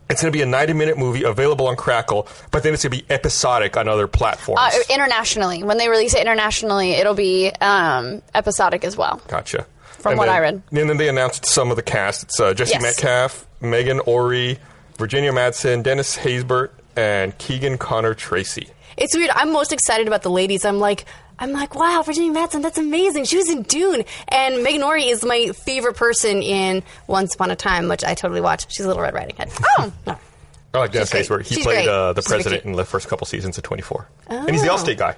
[SPEAKER 3] it's going to be a 90 minute movie available on Crackle, but then it's going to be episodic on other platforms.
[SPEAKER 5] Uh, internationally, when they release it internationally, it'll be um, episodic as well.
[SPEAKER 3] Gotcha.
[SPEAKER 5] From what
[SPEAKER 3] then,
[SPEAKER 5] I read.
[SPEAKER 3] And then they announced some of the cast. It's uh, Jesse
[SPEAKER 5] Yes.
[SPEAKER 3] Metcalf, Megan Ori, Virginia Madsen, Dennis Haysbert, and Keegan Connor Tracy.
[SPEAKER 4] It's weird. I'm most excited about the ladies. I'm like, I'm like, wow, Virginia Madsen, that's amazing. She was in Dune, and Megan Ori is my favorite person in Once Upon a Time, which I totally watch. She's Little Red Riding Hood. Oh, no.
[SPEAKER 3] I like Dennis
[SPEAKER 4] She's
[SPEAKER 3] Haysbert.
[SPEAKER 4] great.
[SPEAKER 3] He
[SPEAKER 4] She's
[SPEAKER 3] played
[SPEAKER 4] great.
[SPEAKER 3] uh, the
[SPEAKER 4] She's
[SPEAKER 3] president
[SPEAKER 4] wicked.
[SPEAKER 3] in the first couple seasons of 24. And he's the
[SPEAKER 5] Oh.
[SPEAKER 3] Allstate guy.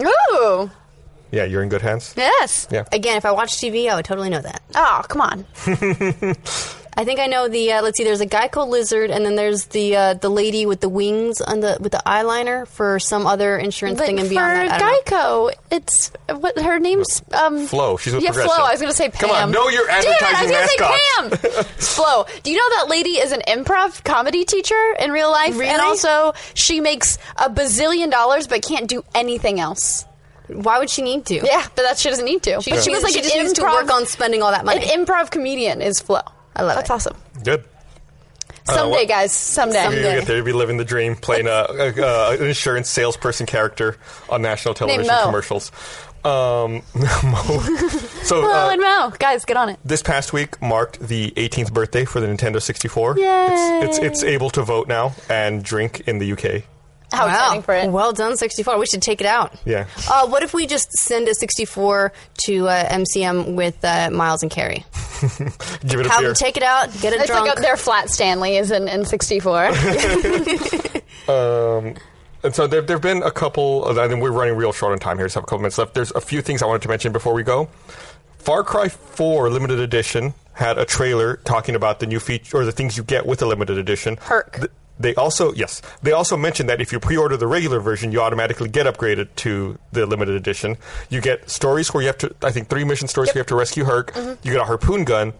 [SPEAKER 5] Ooh.
[SPEAKER 3] Yeah, you're in good hands.
[SPEAKER 5] Yes.
[SPEAKER 3] Yeah.
[SPEAKER 4] Again, if I watch TV, I would totally know that.
[SPEAKER 5] Oh, come on.
[SPEAKER 4] I think I know the. Uh, let's see. There's a Geico lizard, and then there's the uh, the lady with the wings on the with the eyeliner for some other insurance
[SPEAKER 5] Like
[SPEAKER 4] thing
[SPEAKER 5] for
[SPEAKER 4] and beyond. that, I don't know.
[SPEAKER 5] Geico, it's what her name's um,
[SPEAKER 3] Flo. She's with
[SPEAKER 5] yeah,
[SPEAKER 3] Progressive.
[SPEAKER 5] Flo. I was going to say Pam.
[SPEAKER 3] Come on, know your advertising
[SPEAKER 5] Damn it, I was
[SPEAKER 3] mascots.
[SPEAKER 5] going to
[SPEAKER 3] (laughs)
[SPEAKER 5] say Pam. It's Flo. Do you know that lady is an improv comedy teacher in real life,
[SPEAKER 4] Really?
[SPEAKER 5] and also she makes a bazillion dollars but can't do anything else.
[SPEAKER 4] Why would she need to?
[SPEAKER 5] Yeah, but that she doesn't need to. but she was like
[SPEAKER 4] she
[SPEAKER 5] an
[SPEAKER 4] just
[SPEAKER 5] improv
[SPEAKER 4] needs to work on spending all that
[SPEAKER 5] an
[SPEAKER 4] money.
[SPEAKER 5] improv comedian is Flo.
[SPEAKER 4] I love
[SPEAKER 5] That's
[SPEAKER 4] it.
[SPEAKER 5] awesome.
[SPEAKER 3] Good. Uh,
[SPEAKER 5] Someday,
[SPEAKER 3] what-
[SPEAKER 5] guys. Someday.
[SPEAKER 3] You're
[SPEAKER 4] Someday.
[SPEAKER 3] gonna get there. You'll be living the dream, playing uh, uh, an insurance salesperson character on national television
[SPEAKER 5] Mo.
[SPEAKER 3] commercials. Um, (laughs) Mo. So
[SPEAKER 5] Flo
[SPEAKER 3] uh,
[SPEAKER 5] and Mo, Oh, guys, get on it.
[SPEAKER 3] this past week marked the 18th birthday for the Nintendo 64.
[SPEAKER 5] Yay.
[SPEAKER 3] It's, it's it's able to vote now and drink in the UK.
[SPEAKER 5] How exciting for it.
[SPEAKER 4] Well done, 64. We should take it out.
[SPEAKER 3] Yeah.
[SPEAKER 4] Uh, what if we just send a 64 to uh, MCM with uh, Miles and Carrie?
[SPEAKER 3] Give it a
[SPEAKER 4] Have
[SPEAKER 3] beer.
[SPEAKER 4] them take it out, get it
[SPEAKER 5] It's
[SPEAKER 4] drunk.
[SPEAKER 5] like up there, flat Stanley is in (laughs) N64.
[SPEAKER 3] Um, and so there have been a couple. Of, I mean, we're running real short on time here. So I have a couple minutes left. There's a few things I wanted to mention before we go. Far Cry 4 limited edition had a trailer talking about the new feature or the things you get with the limited edition.
[SPEAKER 5] Perk.
[SPEAKER 3] Th- They also yes, they also mentioned that if you pre-order the regular version, you automatically get upgraded to the limited edition. You get stories where you have to I think three mission stories where you have to rescue Herc. You get a harpoon gun,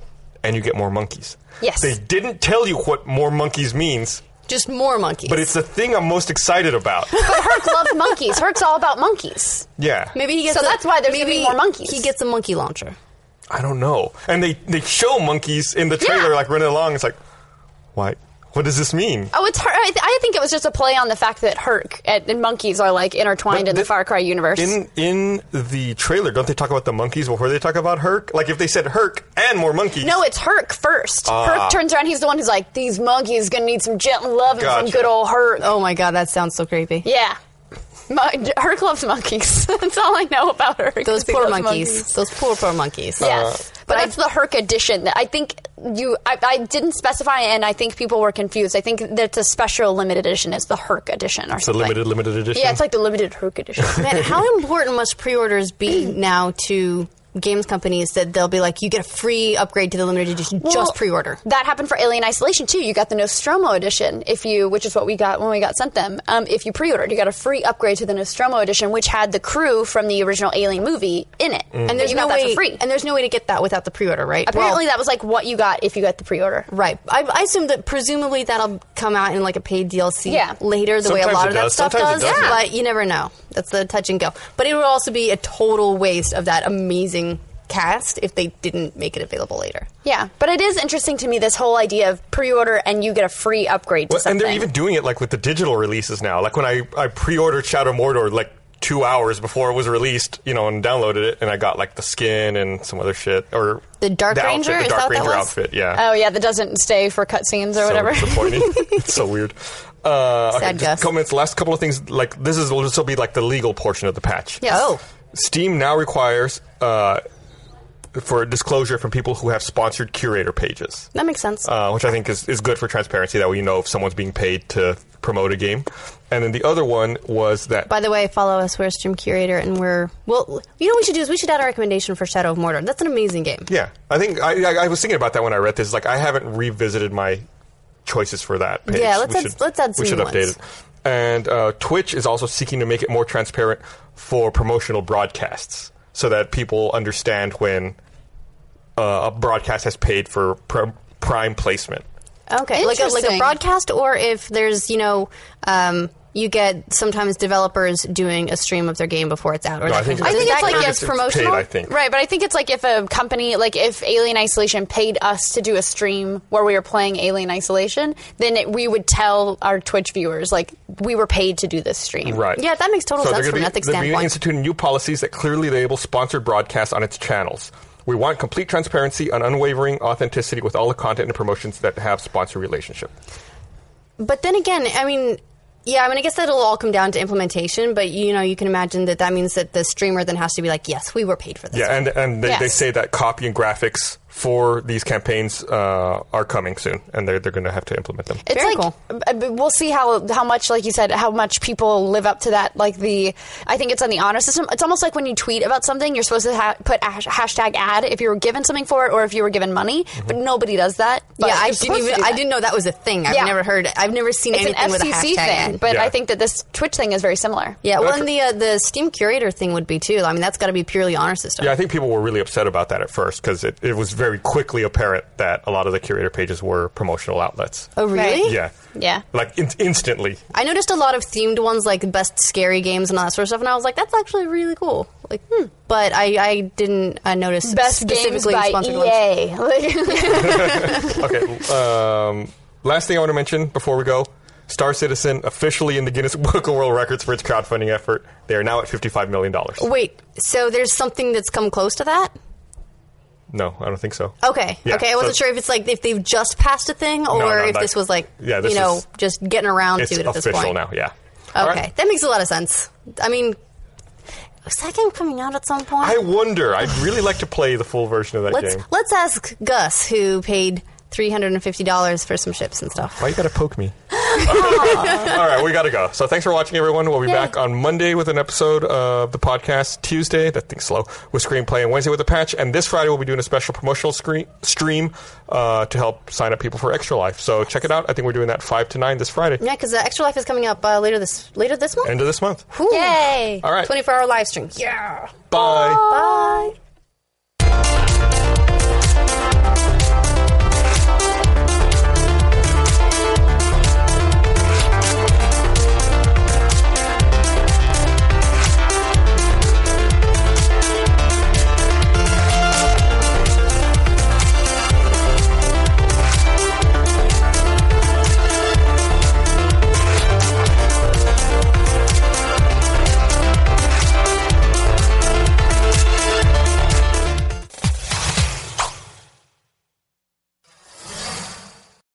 [SPEAKER 3] and you get more monkeys.
[SPEAKER 5] Mm-hmm. Yes.
[SPEAKER 3] They didn't tell you what more monkeys means,
[SPEAKER 4] Just more monkeys.
[SPEAKER 3] but it's the thing I'm most excited
[SPEAKER 5] (laughs)
[SPEAKER 3] about.
[SPEAKER 5] But Herc loves monkeys. Herc's all about monkeys.
[SPEAKER 3] yeah.
[SPEAKER 4] maybe he gets
[SPEAKER 5] So
[SPEAKER 4] a-
[SPEAKER 5] that's why there's gonna be
[SPEAKER 4] maybe
[SPEAKER 5] more monkeys.
[SPEAKER 4] He gets a monkey launcher.
[SPEAKER 3] I don't know. And they, they show monkeys in the trailer
[SPEAKER 5] Yeah.
[SPEAKER 3] like running along. It's like, why? What does this mean?
[SPEAKER 5] Oh, it's her. I, th- I think it was just a play on the fact that Herc and, and monkeys are like intertwined
[SPEAKER 3] But
[SPEAKER 5] in the
[SPEAKER 3] thi-
[SPEAKER 5] Far Cry universe.
[SPEAKER 3] In in the trailer, don't they talk about the monkeys before they talk about Herc? Like if they said Herc and more monkeys.
[SPEAKER 5] no, it's Herc first.
[SPEAKER 3] Ah.
[SPEAKER 5] Herc turns around. He's the one who's like, "These monkeys gonna need some gentle loving from
[SPEAKER 3] Gotcha.
[SPEAKER 5] good old Herc."
[SPEAKER 4] Oh my god, that sounds so creepy.
[SPEAKER 5] Yeah. Mo- Herc loves monkeys. (laughs) That's all I know about Herc.
[SPEAKER 4] Those
[SPEAKER 5] is he
[SPEAKER 4] poor
[SPEAKER 5] loves
[SPEAKER 4] monkeys. Those poor poor monkeys.
[SPEAKER 3] Uh,
[SPEAKER 5] Yes, but that's the Herc edition. I think you. I, I didn't specify, and I think people were confused. I think that's a special limited edition. It's the Herc edition or
[SPEAKER 3] It's a
[SPEAKER 5] something.
[SPEAKER 3] limited, limited edition.
[SPEAKER 5] Yeah, it's like the limited Herc edition.
[SPEAKER 4] Uh,
[SPEAKER 3] (laughs)
[SPEAKER 4] Man, how important must pre-orders be now to games companies that they'll be like, you get a free upgrade to the limited edition,
[SPEAKER 5] Well,
[SPEAKER 4] (laughs) just pre-order.
[SPEAKER 5] That happened for Alien Isolation too. You got the Nostromo edition, if you, which is what we got when we got sent them. Um, if you pre-ordered, you got a free upgrade to the Nostromo edition, which had the crew from the original Alien movie in it,
[SPEAKER 3] Mm.
[SPEAKER 5] and you got that
[SPEAKER 4] way,
[SPEAKER 5] for free.
[SPEAKER 4] and there's no way to get that without the pre-order, right?
[SPEAKER 5] apparently, that was like what you got if you got the pre-order.
[SPEAKER 4] Right. I, I assume that presumably that'll come out in like a paid DLC
[SPEAKER 5] Yeah.
[SPEAKER 4] later, the way a
[SPEAKER 3] Sometimes
[SPEAKER 4] lot
[SPEAKER 3] it
[SPEAKER 4] of that
[SPEAKER 3] does,
[SPEAKER 4] stuff
[SPEAKER 3] sometimes
[SPEAKER 4] does.
[SPEAKER 3] it doesn't.
[SPEAKER 4] But you never know. That's the touch and go. But it would also be a total waste of that amazing cast if they didn't make it available later.
[SPEAKER 5] Yeah, but it is interesting to me this whole idea of pre-order and you get a free upgrade to
[SPEAKER 3] Well, and
[SPEAKER 5] something.
[SPEAKER 3] they're even (laughs) doing it like with the digital releases now. Like when I, I pre-ordered Shadow Mordor like two hours before it was released, you know, and downloaded it, and I got like the skin and some other shit or
[SPEAKER 4] The Dark
[SPEAKER 3] outfit,
[SPEAKER 4] Ranger?
[SPEAKER 3] the
[SPEAKER 4] Is
[SPEAKER 3] Dark
[SPEAKER 4] that what that
[SPEAKER 3] Ranger
[SPEAKER 4] was?
[SPEAKER 3] outfit. Yeah.
[SPEAKER 5] oh yeah, that doesn't stay for cutscenes or whatever.
[SPEAKER 3] (laughs) So disappointing.
[SPEAKER 4] (laughs)
[SPEAKER 3] it's so weird. Uh, okay,
[SPEAKER 4] Sad
[SPEAKER 3] just
[SPEAKER 4] Gus.
[SPEAKER 3] Comments. Last couple of things. Like this is will this will be like the legal portion of the patch.
[SPEAKER 4] Yes. Oh.
[SPEAKER 3] Steam now requires uh, for disclosure from people who have sponsored curator pages.
[SPEAKER 4] That makes sense.
[SPEAKER 3] Uh, which I think is, is good for transparency. That way you know if someone's being paid to promote a game. And then the other one was that
[SPEAKER 4] By the way, follow us. We're Stream Curator, and we're well. You know what we should do is we should add a recommendation for Shadow of Mordor. That's an amazing game.
[SPEAKER 3] Yeah, I think I, I, I was thinking about that when I read this. Like, I haven't revisited my choices for that. Page.
[SPEAKER 4] Yeah, let's
[SPEAKER 3] we
[SPEAKER 4] add- let's add
[SPEAKER 3] we should
[SPEAKER 4] some new
[SPEAKER 3] update
[SPEAKER 4] ones.
[SPEAKER 3] it. And uh, Twitch is also seeking to make it more transparent for promotional broadcasts, so that people understand when uh, a broadcast has paid for pr- prime placement.
[SPEAKER 4] Okay, like a, like a
[SPEAKER 5] Interesting.
[SPEAKER 4] broadcast, or if there's you know. Um, you get sometimes developers doing a stream of their game before it's out. Or
[SPEAKER 3] No,
[SPEAKER 4] that
[SPEAKER 3] I think-
[SPEAKER 4] kind of-
[SPEAKER 5] I think
[SPEAKER 4] That
[SPEAKER 5] it's like
[SPEAKER 4] counts
[SPEAKER 5] if
[SPEAKER 4] as
[SPEAKER 3] it's
[SPEAKER 4] promotional.
[SPEAKER 3] paid, I think.
[SPEAKER 5] Right, but I think it's like if a company, like if Alien Isolation paid us to do a stream where we were playing Alien Isolation, then it, we would tell our Twitch viewers like we were paid to do this stream.
[SPEAKER 3] Right.
[SPEAKER 4] Yeah, that makes total
[SPEAKER 3] so they're
[SPEAKER 4] sense
[SPEAKER 3] gonna
[SPEAKER 4] Oh, from an
[SPEAKER 3] be,
[SPEAKER 4] ethics
[SPEAKER 3] they're gonna be
[SPEAKER 4] standpoint.
[SPEAKER 3] instituting new policies that clearly label sponsored broadcasts on its channels. We want complete transparency and unwavering authenticity with all the content and promotions that have sponsor relationship.
[SPEAKER 4] But then again, I mean, yeah, I mean, I guess that'll all come down to implementation. But you know, you can imagine that that means that the streamer then has to be like, yes, we were paid for this.
[SPEAKER 3] Yeah, and and they, they
[SPEAKER 5] Yes.
[SPEAKER 3] say that copy and graphics for these campaigns uh, are coming soon, and they're they're going to have to implement them.
[SPEAKER 5] It's
[SPEAKER 4] Very
[SPEAKER 5] like uh, but we'll see how how much, like you said, how much people live up to that. Like the, I think it's on the honor system. It's almost like when you tweet about something, you're supposed to ha- put hash- hashtag ad if you were given something for it or if you were given money, but nobody does that. But
[SPEAKER 4] Mm-hmm. yeah, I
[SPEAKER 5] you're
[SPEAKER 4] didn't
[SPEAKER 5] supposed to
[SPEAKER 4] even.
[SPEAKER 5] do
[SPEAKER 4] I
[SPEAKER 5] that.
[SPEAKER 4] didn't know that was a thing. I've
[SPEAKER 5] Yeah.
[SPEAKER 4] never heard. I've never seen
[SPEAKER 5] It's an
[SPEAKER 4] anything with a
[SPEAKER 5] FCC
[SPEAKER 4] hashtag.
[SPEAKER 5] thing,
[SPEAKER 4] ad.
[SPEAKER 5] but
[SPEAKER 3] Yeah.
[SPEAKER 5] I think that this Twitch thing is very similar.
[SPEAKER 4] yeah, well,
[SPEAKER 3] Well,
[SPEAKER 4] and the uh, the Steam curator thing would be too. I mean, that's got to be purely honor system.
[SPEAKER 3] Yeah, I think people were really upset about that at first because it, it was very quickly apparent that a lot of the curator pages were promotional outlets.
[SPEAKER 4] Oh, really?
[SPEAKER 5] Right.
[SPEAKER 3] Yeah.
[SPEAKER 5] Yeah.
[SPEAKER 3] Like in- instantly.
[SPEAKER 4] I noticed a lot of themed ones like best scary games and all that sort of stuff, and I was like, that's actually really cool. Like, hmm. but I, I didn't uh, notice
[SPEAKER 5] Best games
[SPEAKER 4] specifically
[SPEAKER 5] by E
[SPEAKER 4] sponsored ones.
[SPEAKER 5] EA. (laughs) Like-
[SPEAKER 3] Okay. (laughs) um, last thing I want to mention before we go. Star Citizen officially in the Guinness (laughs) Book of World Records for its crowdfunding effort. They are now at $55 million.
[SPEAKER 4] Wait, so there's something that's come close to that?
[SPEAKER 3] No, I don't think so.
[SPEAKER 4] Okay,
[SPEAKER 3] Yeah,
[SPEAKER 4] okay. I wasn't
[SPEAKER 3] so-
[SPEAKER 4] sure if it's like if they've just passed a thing or
[SPEAKER 3] no,
[SPEAKER 4] if
[SPEAKER 3] that-
[SPEAKER 4] this was like
[SPEAKER 3] Yeah, this
[SPEAKER 4] you know
[SPEAKER 3] is-
[SPEAKER 4] just getting around
[SPEAKER 3] It's
[SPEAKER 4] to it at this
[SPEAKER 3] official
[SPEAKER 4] point.
[SPEAKER 3] now, yeah. All
[SPEAKER 4] Okay,
[SPEAKER 3] right.
[SPEAKER 4] that makes a lot of sense. I mean, is that game coming out at some point?
[SPEAKER 3] I wonder. I'd really like to play the full version of that
[SPEAKER 4] let's
[SPEAKER 3] game.
[SPEAKER 4] let's ask Gus, who paid three hundred and fifty dollars for some ships and stuff.
[SPEAKER 3] Why you gotta poke me? All right, we got to go. So thanks for watching, everyone. We'll be back on Monday with an episode of the podcast. Tuesday, that thing's slow, with screenplay, and Wednesday with a patch. And this Friday, we'll be doing a special promotional screen, stream uh, to help sign up people for Extra Life. So check it out. I think we're doing that 5 to 9 this Friday,
[SPEAKER 4] Yeah, because the Extra Life is coming up uh, later this later this month.
[SPEAKER 3] end of this month.
[SPEAKER 4] Ooh.
[SPEAKER 5] Yay.
[SPEAKER 3] All right.
[SPEAKER 4] 24 hour live stream. Yeah.
[SPEAKER 3] Bye.
[SPEAKER 4] Bye.